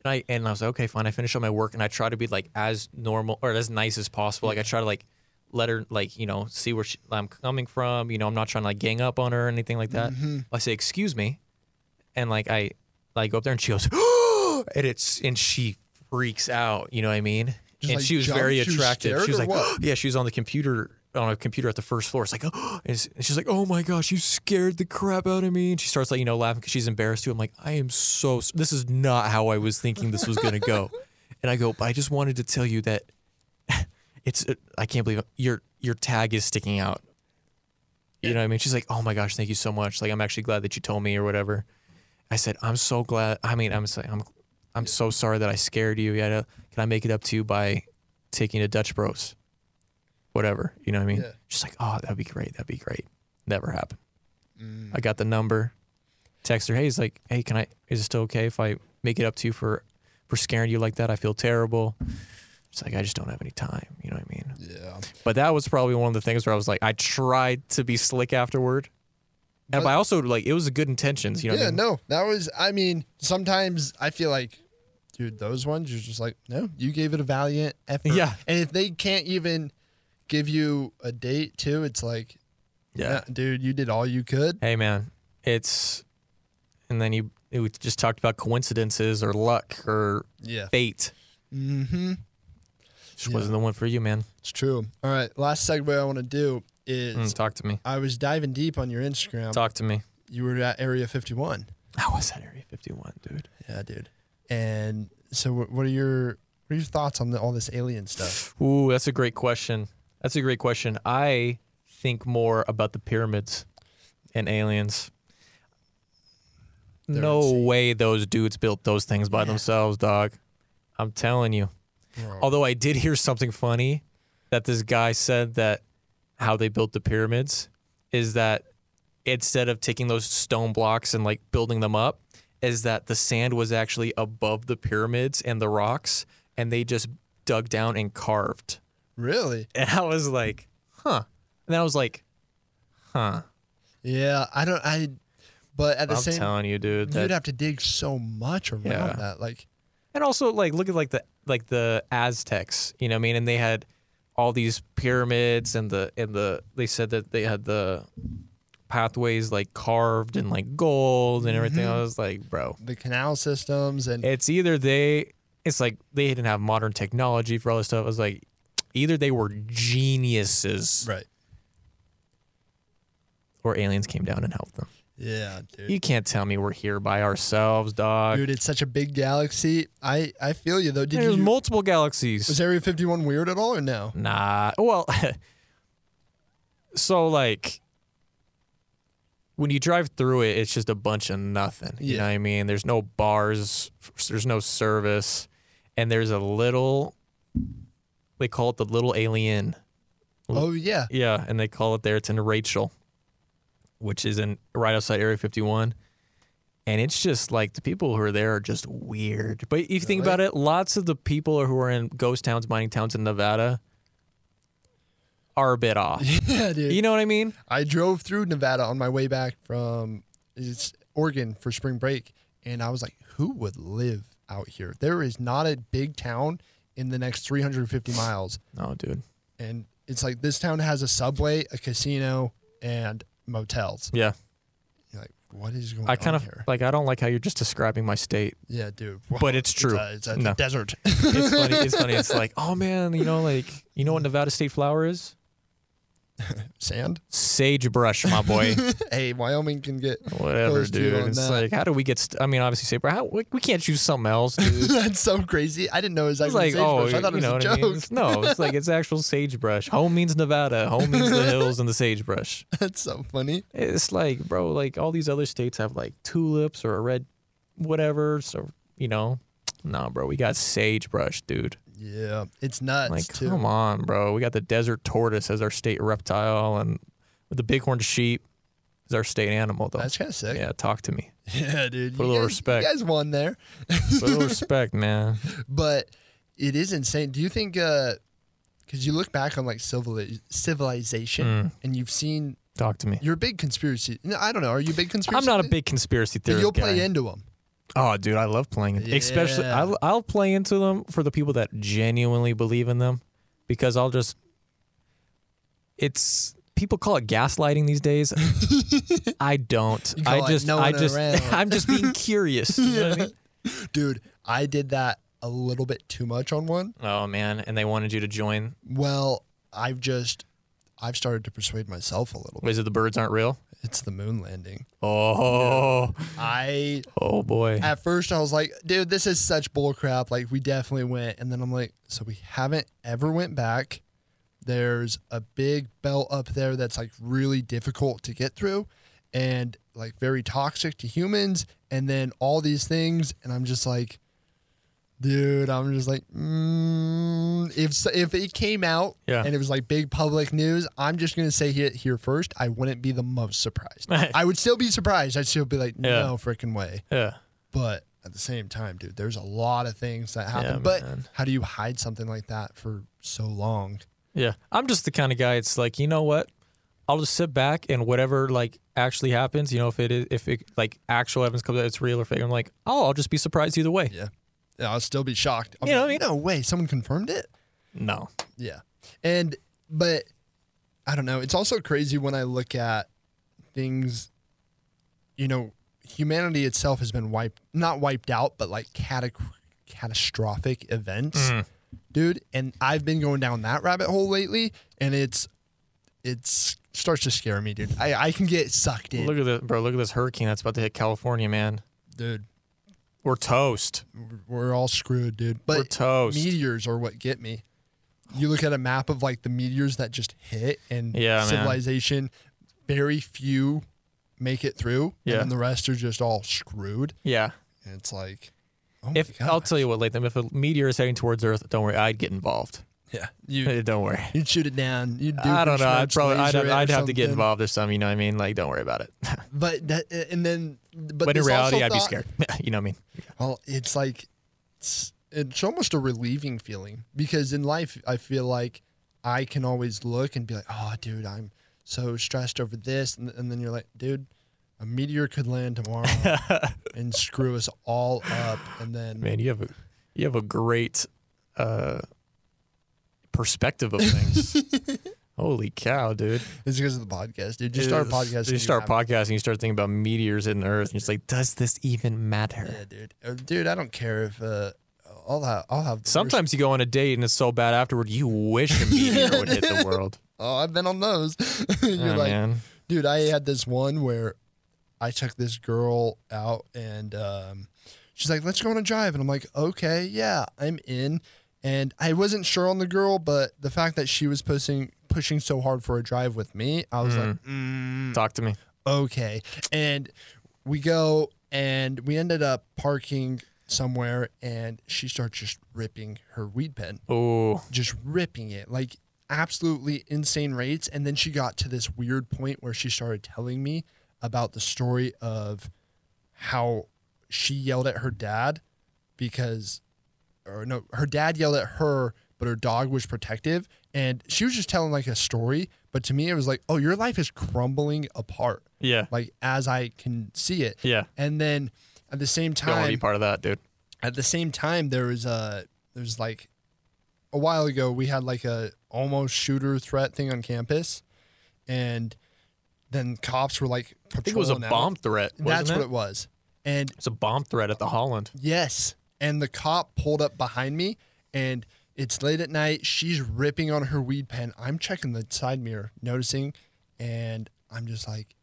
S2: And I and I was like, okay, fine. I finish up my work and I try to be like as normal or as nice as possible. Like I try to like let her like you know see where she, I'm coming from. You know, I'm not trying to like gang up on her or anything like that. I say, excuse me, and like I like go up there and she goes, and it's and she freaks out. You know what I mean?
S1: Just,
S2: and
S1: like,
S2: she was very
S1: jumped? She was
S2: attractive.
S1: scared
S2: She was
S1: or
S2: like,
S1: what?
S2: yeah, she was on the computer on a computer at the first floor. It's like, oh, and it's- and she's like, oh my gosh, you scared the crap out of me. And she starts like, you know, laughing because she's embarrassed too. I'm like, I am so, s- this is not how I was thinking this was going to go. And I go, but I just wanted to tell you that it's, uh, I can't believe it. your, your tag is sticking out. You know what I mean? She's like, oh my gosh, thank you so much. Like, I'm actually glad that you told me or whatever. I said, I'm so glad. I mean, I'm saying, I'm, I'm so sorry that I scared you. Yeah, can I make it up to you by taking a Dutch Bros? Whatever, you know what I mean?
S1: Yeah.
S2: She's like, oh, that'd be great. That'd be great. Never happened. I got the number. Text her, hey, he's like, hey, can I? Is it still okay if I make it up to you for, for scaring you like that? I feel terrible. It's like I just don't have any time. You know what I mean?
S1: Yeah.
S2: But that was probably one of the things where I was like, I tried to be slick afterward. And
S1: But-
S2: but I also like it was good intentions, you know. what I
S1: yeah,
S2: mean?
S1: no, that was. I mean, sometimes I feel like, dude, those ones you're just like, no, you gave it a valiant effort.
S2: Yeah.
S1: and if they can't even give you a date too, it's like,
S2: Yeah.
S1: nah, dude, you did all you could.
S2: Hey man, it's and then you we just talked about coincidences or luck or
S1: Yeah,
S2: fate.
S1: mm-hmm.
S2: Just
S1: Yeah.
S2: wasn't the one for you, man.
S1: it's true. All right, last segue I want to do is
S2: Mm, talk to me.
S1: I was diving deep on your Instagram.
S2: Talk to me.
S1: You were at Area 51.
S2: I was at Area 51, dude.
S1: Yeah, dude. And so, wh- what are your what are your thoughts on the, all this alien stuff?
S2: Ooh, that's a great question. That's a great question. I think more about the pyramids and aliens.
S1: They're
S2: no
S1: insane.
S2: way those dudes built those things by themselves, dog. I'm telling you. Although I did hear something funny that this guy said that how they built the pyramids is that instead of taking those stone blocks and like building them up, is that the sand was actually above the pyramids and the rocks, and they just dug down and carved.
S1: Really?
S2: And I was like, huh. And then I was like, huh.
S1: Yeah, I don't. I. But at the
S2: I'm
S1: same,
S2: telling you, dude.
S1: you'd
S2: That,
S1: have to dig so much around
S2: Yeah.
S1: that. Like,
S2: and also like look at like the like the Aztecs, you know what I mean? And they had all these pyramids and the and the they said that they had the pathways like carved in like gold and
S1: Mm-hmm.
S2: everything. I was like, bro.
S1: the canal systems and
S2: It's either they it's like they didn't have modern technology for all this stuff. I was like, either they were geniuses
S1: right.
S2: or aliens came down and helped them.
S1: Yeah, dude.
S2: You can't tell me we're here by ourselves, dog.
S1: dude, it's such a big galaxy. I I feel you though. Did
S2: There's
S1: you?
S2: multiple galaxies.
S1: was Area 51 weird at all or no?
S2: Nah. Well, so like when you drive through it, it's just a bunch of nothing. You
S1: Yeah.
S2: know what I mean? There's no bars, there's no service, and there's a little. They call it the little alien.
S1: Oh yeah.
S2: Yeah, and they call it there. It's in Rachel, which is in right outside Area 51. And it's just like the people who are there are just weird. But if you think
S1: Really?
S2: about it, lots of the people who are in ghost towns, mining towns in Nevada are a bit off.
S1: Yeah, dude.
S2: You know what I mean?
S1: I drove through Nevada on my way back from it's Oregon for spring break, and I was like, who would live out here? There is not a big town in the next 350 miles,
S2: No, Oh, dude.
S1: and it's like this town has a subway, a casino, and motels.
S2: Yeah.
S1: You're like, what is going
S2: I kind
S1: on
S2: of
S1: here?
S2: like I don't like how you're just describing my state.
S1: Yeah, dude. Wow.
S2: But it's true.
S1: a, it's a
S2: No.
S1: desert.
S2: It's funny. It's funny. It's like, oh man, you know, like you know what Nevada state flower is?
S1: Sand.
S2: Sagebrush, my boy.
S1: Hey, Wyoming can get.
S2: Whatever,
S1: Close to you
S2: dude.
S1: on
S2: It's
S1: that.
S2: like, how do we get? St- I mean, obviously, say, bro, how, we, we can't choose something else, dude.
S1: That's so crazy. I didn't know it was
S2: It's
S1: actually
S2: like, oh,
S1: sagebrush. I thought it
S2: you
S1: was
S2: know
S1: a
S2: what
S1: joke.
S2: I mean? It's- no, it's like it's actual sagebrush. Home means Nevada. Home means the hills and the sagebrush.
S1: That's so funny.
S2: It's like, bro, like all these other states have like tulips or a red, whatever. So you know, nah, bro, we got sagebrush, dude.
S1: Yeah, it's nuts
S2: Like,
S1: too.
S2: come on, bro, we got the desert tortoise as our state reptile, and the bighorn sheep is our state animal, though.
S1: That's kind of sick.
S2: yeah, talk to me.
S1: Yeah, dude.
S2: Put
S1: you
S2: a little
S1: guys,
S2: respect.
S1: You guys won there,
S2: Put a little respect, man.
S1: but it is insane. Do you think? Because you look back on like civili- civilization,
S2: Mm.
S1: and you've seen.
S2: Talk to me.
S1: You're a big conspiracy. No, I don't know. Are you a big conspiracy?
S2: I'm not a
S1: guy?
S2: big conspiracy
S1: But
S2: theorist.
S1: You'll play
S2: guy.
S1: into them.
S2: Oh, dude, I love playing. it. Especially,
S1: Yeah.
S2: I'll, I'll play into them for the people that genuinely believe in them, because I'll just. It's people call it gaslighting these days. I don't.
S1: You
S2: I
S1: call it
S2: just.
S1: no
S2: I
S1: one
S2: just.
S1: around.
S2: I'm just being curious. You know what I mean?
S1: dude. I did that a little bit too much on one.
S2: Oh man! And they wanted you to join.
S1: Well, I've just I've started to persuade myself a little bit.
S2: Is it the birds aren't real?
S1: It's the moon landing.
S2: Oh,
S1: I
S2: oh boy.
S1: at first I was like, dude, this is such bullcrap. Like we definitely went, and then I'm like, so we haven't ever went back. There's a big belt up there that's like really difficult to get through, and like very toxic to humans, and then all these things, and I'm just like, dude, I'm just like, mm, if so- if it came out
S2: Yeah.
S1: and it was like big public news, I'm just gonna say it here first. I wouldn't be the most surprised. I would still be surprised. I'd still be like,
S2: Yeah.
S1: no freaking way.
S2: yeah.
S1: But at the same time, dude, there's a lot of things that happen.
S2: Yeah,
S1: but
S2: man.
S1: how do you hide something like that for so long?
S2: Yeah. I'm just the kind of guy it's like, you know what? I'll just sit back and whatever like actually happens, you know, if it is if it like actual evidence comes out it's real or fake, I'm like, oh, I'll just be surprised either way.
S1: Yeah. Yeah, I'll still be shocked. I'll
S2: You
S1: be
S2: know
S1: like,
S2: what I
S1: no way, someone confirmed it.
S2: No.
S1: Yeah. And, but I don't know. It's also crazy when I look at things, you know, humanity itself has been wiped, not wiped out, but like catac catastrophic events,
S2: Mm.
S1: dude. And I've been going down that rabbit hole lately and it's, it's starts to scare me, dude. I, I can get sucked in.
S2: Look at this bro, look at this hurricane that's about to hit California, man.
S1: dude,
S2: We're toast.
S1: we're all screwed, dude. But
S2: We're toast.
S1: meteors are what get me. You look at a map of like the meteors that just hit and
S2: Yeah, man.
S1: civilization, very few make it through,
S2: Yeah.
S1: and then the rest are just all screwed.
S2: yeah.
S1: And it's like, oh my
S2: If
S1: God.
S2: I'll tell you what, Latham, if a meteor is heading towards Earth, don't worry, I'd get involved.
S1: yeah, you
S2: Eh, don't worry.
S1: you'd shoot it down. You'd do
S2: I don't know. I'd
S1: Schmerz
S2: probably I'd,
S1: laser it or
S2: I'd have to get
S1: something.
S2: involved or something. You know what I mean? Like, don't worry about it. But,
S1: But that, and then, but,
S2: in
S1: this also
S2: reality, I'd be
S1: thought-
S2: scared. you know what I mean?
S1: Well, it's like it's, it's almost a relieving feeling because in life I feel like I can always look and be like, "Oh, dude, I'm so stressed over this," and, and then you're like, "Dude, a meteor could land tomorrow and screw us all up," and then
S2: Man, you have a you have a great uh, perspective of things. Holy cow, dude!
S1: it's because of the podcast, dude. You start podcasting,
S2: You start
S1: have-
S2: podcasting. You start thinking about meteors in Earth, and it's like, does this even matter?
S1: Yeah, dude. Uh, Dude, I don't care if uh, I'll have I'll have the worst-
S2: Sometimes you go on a date and it's so bad afterward, you wish a meteor would hit the world.
S1: Oh, I've been on those. you're
S2: Oh,
S1: like,
S2: man.
S1: dude i had this one where i took this girl out and um, she's like let's go on a drive and i'm like okay yeah i'm in and i wasn't sure on the girl but the fact that she was pushing pushing so hard for a drive with me i was like mm,
S2: Talk to me.
S1: okay and we go and we ended up parking somewhere and she starts just ripping her weed pen
S2: Oh,
S1: just ripping it like absolutely insane rates and then she got to this weird point where she started telling me about the story of how she yelled at her dad because or no her dad yelled at her but her dog was protective and she was just telling like a story but to me it was like oh your life is crumbling apart
S2: yeah,
S1: like as i can see it
S2: yeah.
S1: and then at the same
S2: Don't want to
S1: time
S2: be part of that, dude.
S1: at the same time there was a there's like a while ago we had like a almost shooter threat thing on campus and then cops were like
S2: I think it was a bomb threat. Wasn't
S1: that's what
S2: it?
S1: it was and
S2: It's a bomb threat at the Holland.
S1: yes and the cop pulled up behind me and it's late at night she's ripping on her weed pen i'm checking the side mirror noticing and i'm just like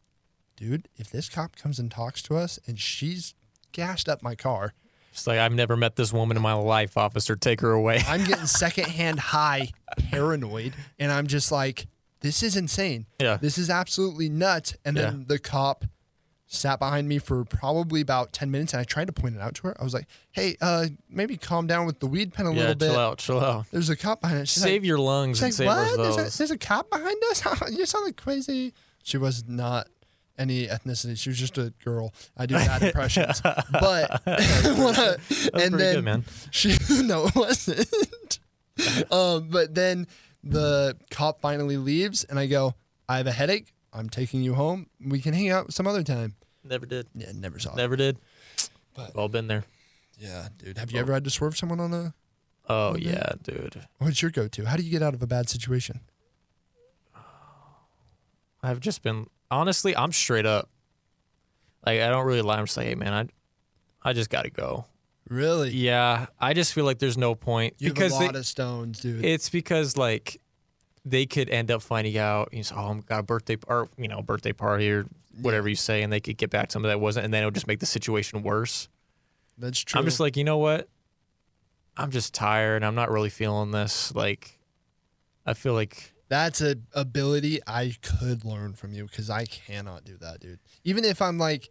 S1: dude if this cop comes and talks to us and she's gassed up my car
S2: It's like I've never met this woman in my life, officer. Take her away.
S1: I'm getting secondhand high, paranoid, and I'm just like, this is insane.
S2: Yeah.
S1: This is absolutely nuts. And then the cop sat behind me for probably about 10 minutes and I tried to point it out to her. I was like, hey, uh, maybe calm down with the weed pen a
S2: Yeah,
S1: little bit.
S2: chill out, chill out.
S1: There's a cop behind us. She's
S2: save
S1: like,
S2: your lungs and
S1: she's
S2: save
S1: like
S2: us
S1: what? There's a,
S2: those.
S1: there's a cop behind us? you sound like crazy. She was not any ethnicity. She was just a girl. I do bad impressions. but when I-
S2: That's
S1: and
S2: pretty
S1: then
S2: good, man.
S1: she no, it wasn't. um, but then the cop finally leaves, and I go, "I have a headache. I'm taking you home. We can hang out some other time."
S2: Never did.
S1: Yeah, never saw. it.
S2: Never did.
S1: But-
S2: We've all been there.
S1: Yeah, dude. Have you ever had to swerve someone on a?
S2: Oh
S1: Mm-hmm.
S2: yeah, dude.
S1: What's your go-to? How do you get out of a bad situation?
S2: I've just been honestly, I'm straight up. Like I don't really lie. I'm just like, hey man, I, I just gotta go.
S1: Really?
S2: Yeah, I just feel like there's no point
S1: You have
S2: because
S1: a
S2: they-
S1: lot of stones, dude.
S2: it's because like they could end up finding out, you know, oh, I'm got a birthday or you know, birthday party or whatever you say, and they could get back to something that wasn't, and then it would just make the situation worse.
S1: That's true.
S2: I'm just like, you know what? I'm just tired. and I'm not really feeling this. Like, I feel like
S1: That's a ability I could learn from you because I cannot do that, dude. Even if I'm like,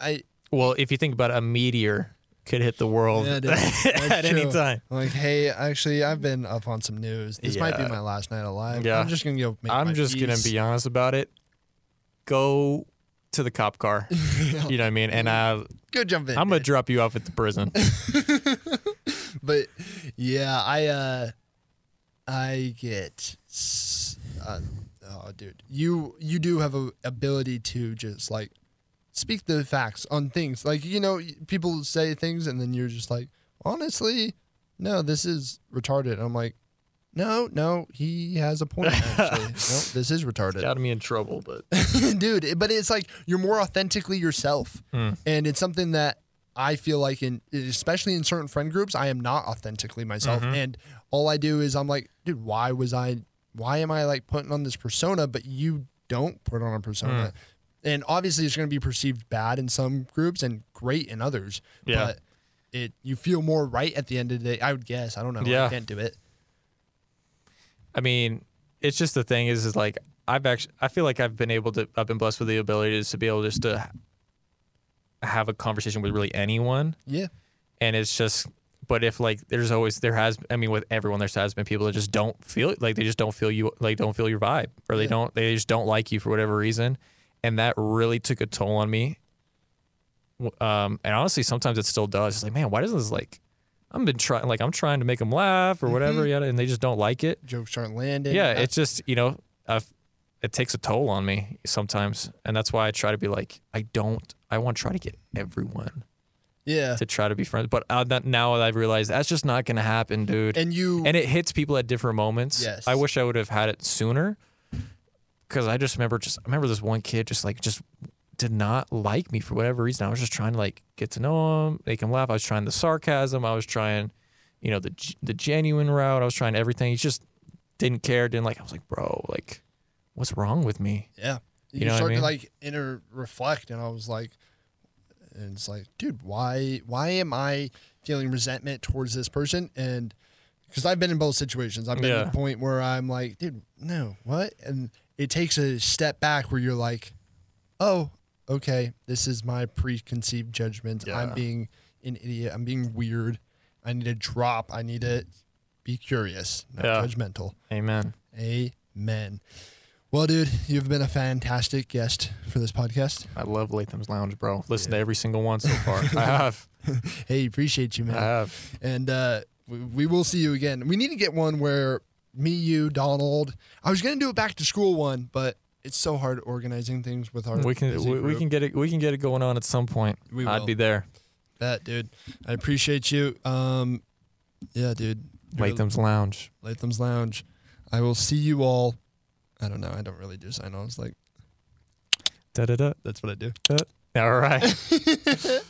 S1: I
S2: Well, if you think about it, a meteor could hit the world
S1: Yeah, it is.
S2: at
S1: That's
S2: any
S1: true.
S2: time.
S1: I'm like, hey, actually, I've been up on some news. This might be
S2: Yeah.
S1: my last night alive.
S2: Yeah.
S1: I'm just gonna go. Make my
S2: I'm just gonna
S1: peace.
S2: be honest about it. Go to the cop car. You know what I mean? And I,
S1: go jump in.
S2: I'm gonna drop you off at the prison.
S1: but yeah, I uh, I get. s- Uh, oh, dude, you you do have a ability to just like speak the facts on things. Like you know, people say things, and then you're just like, honestly, no, this is retarded. And I'm like, no, no, he has a point. Actually, no, this is retarded.
S2: Got me in trouble, but
S1: dude it- but it's like you're more authentically yourself
S2: Mm.
S1: and it's something that i feel like in especially in certain friend groups i am not authentically myself
S2: Mhm.
S1: and all i do is i'm like dude why was i why am i like putting on this persona but you don't put on a persona
S2: Hmm.
S1: and obviously it's going to be perceived bad in some groups and great in others
S2: Yeah.
S1: but it you feel more right at the end of the day i would guess i don't know i
S2: Yeah.
S1: can't do it
S2: I mean, it's just the thing is, is like I've actually, I feel like I've been able to, I've been blessed with the ability just to be able just to have a conversation with really anyone.
S1: yeah
S2: and it's just but if like there's always there has i mean with everyone there's has been people that just don't feel it like they just don't feel you like don't feel your vibe or they
S1: Yeah.
S2: don't they just don't like you for whatever reason and that really took a toll on me W- um and honestly sometimes it still does it's like man why doesn't this like i've been trying like i'm trying to make them laugh or whatever yada, and they just don't like it
S1: jokes aren't landing
S2: yeah
S1: I-
S2: it's just you know I've, it takes a toll on me sometimes and that's why i try to be like i don't i want to try to get everyone
S1: yeah
S2: to try to be friends. But uh, that, now I've realized that's just not going to happen, dude. And,
S1: and you
S2: it hits people at different moments.
S1: Yes.
S2: I wish I would have had it sooner because I just remember just I remember this one kid just like just did not like me for whatever reason. I was just trying to like get to know him, make him laugh. I was trying the sarcasm. I was trying, you know, the g- the genuine route. I was trying everything. He just didn't care. Didn't like. I was like, bro, like, what's wrong with me?
S1: Yeah. You,
S2: know what I
S1: start
S2: mean?
S1: to like inner reflect and I was like and it's like, dude, why why am I feeling resentment towards this person? And because I've been in both situations. I've been at
S2: Yeah.
S1: the point where I'm like, dude, no, what? And it takes a step back where you're like, Oh, okay, this is my preconceived judgment. I'm
S2: Yeah.
S1: being an idiot. I'm being weird. I need to drop. I need to be curious, not
S2: Yeah.
S1: judgmental.
S2: Amen.
S1: Amen. Well, dude, you've been a fantastic guest for this podcast.
S2: I love Latham's Lounge, bro. Listen to every single one so far. I have.
S1: Hey, appreciate you,
S2: I
S1: man.
S2: have.
S1: And uh, we, we will see you again. We need to get one where me, you, Donald. I was gonna do a back to school one, but it's so hard organizing things with our.
S2: we can
S1: busy
S2: we, we
S1: group.
S2: can get it we can get it going on at some point.
S1: We will.
S2: I'd be there.
S1: that, dude. I appreciate you. Um, yeah, dude. You're-
S2: Latham's Lounge.
S1: Latham's Lounge. I will see you all. I don't know. I don't really do sign-ons. Like
S2: Da da da.
S1: that's what I do.
S2: All right.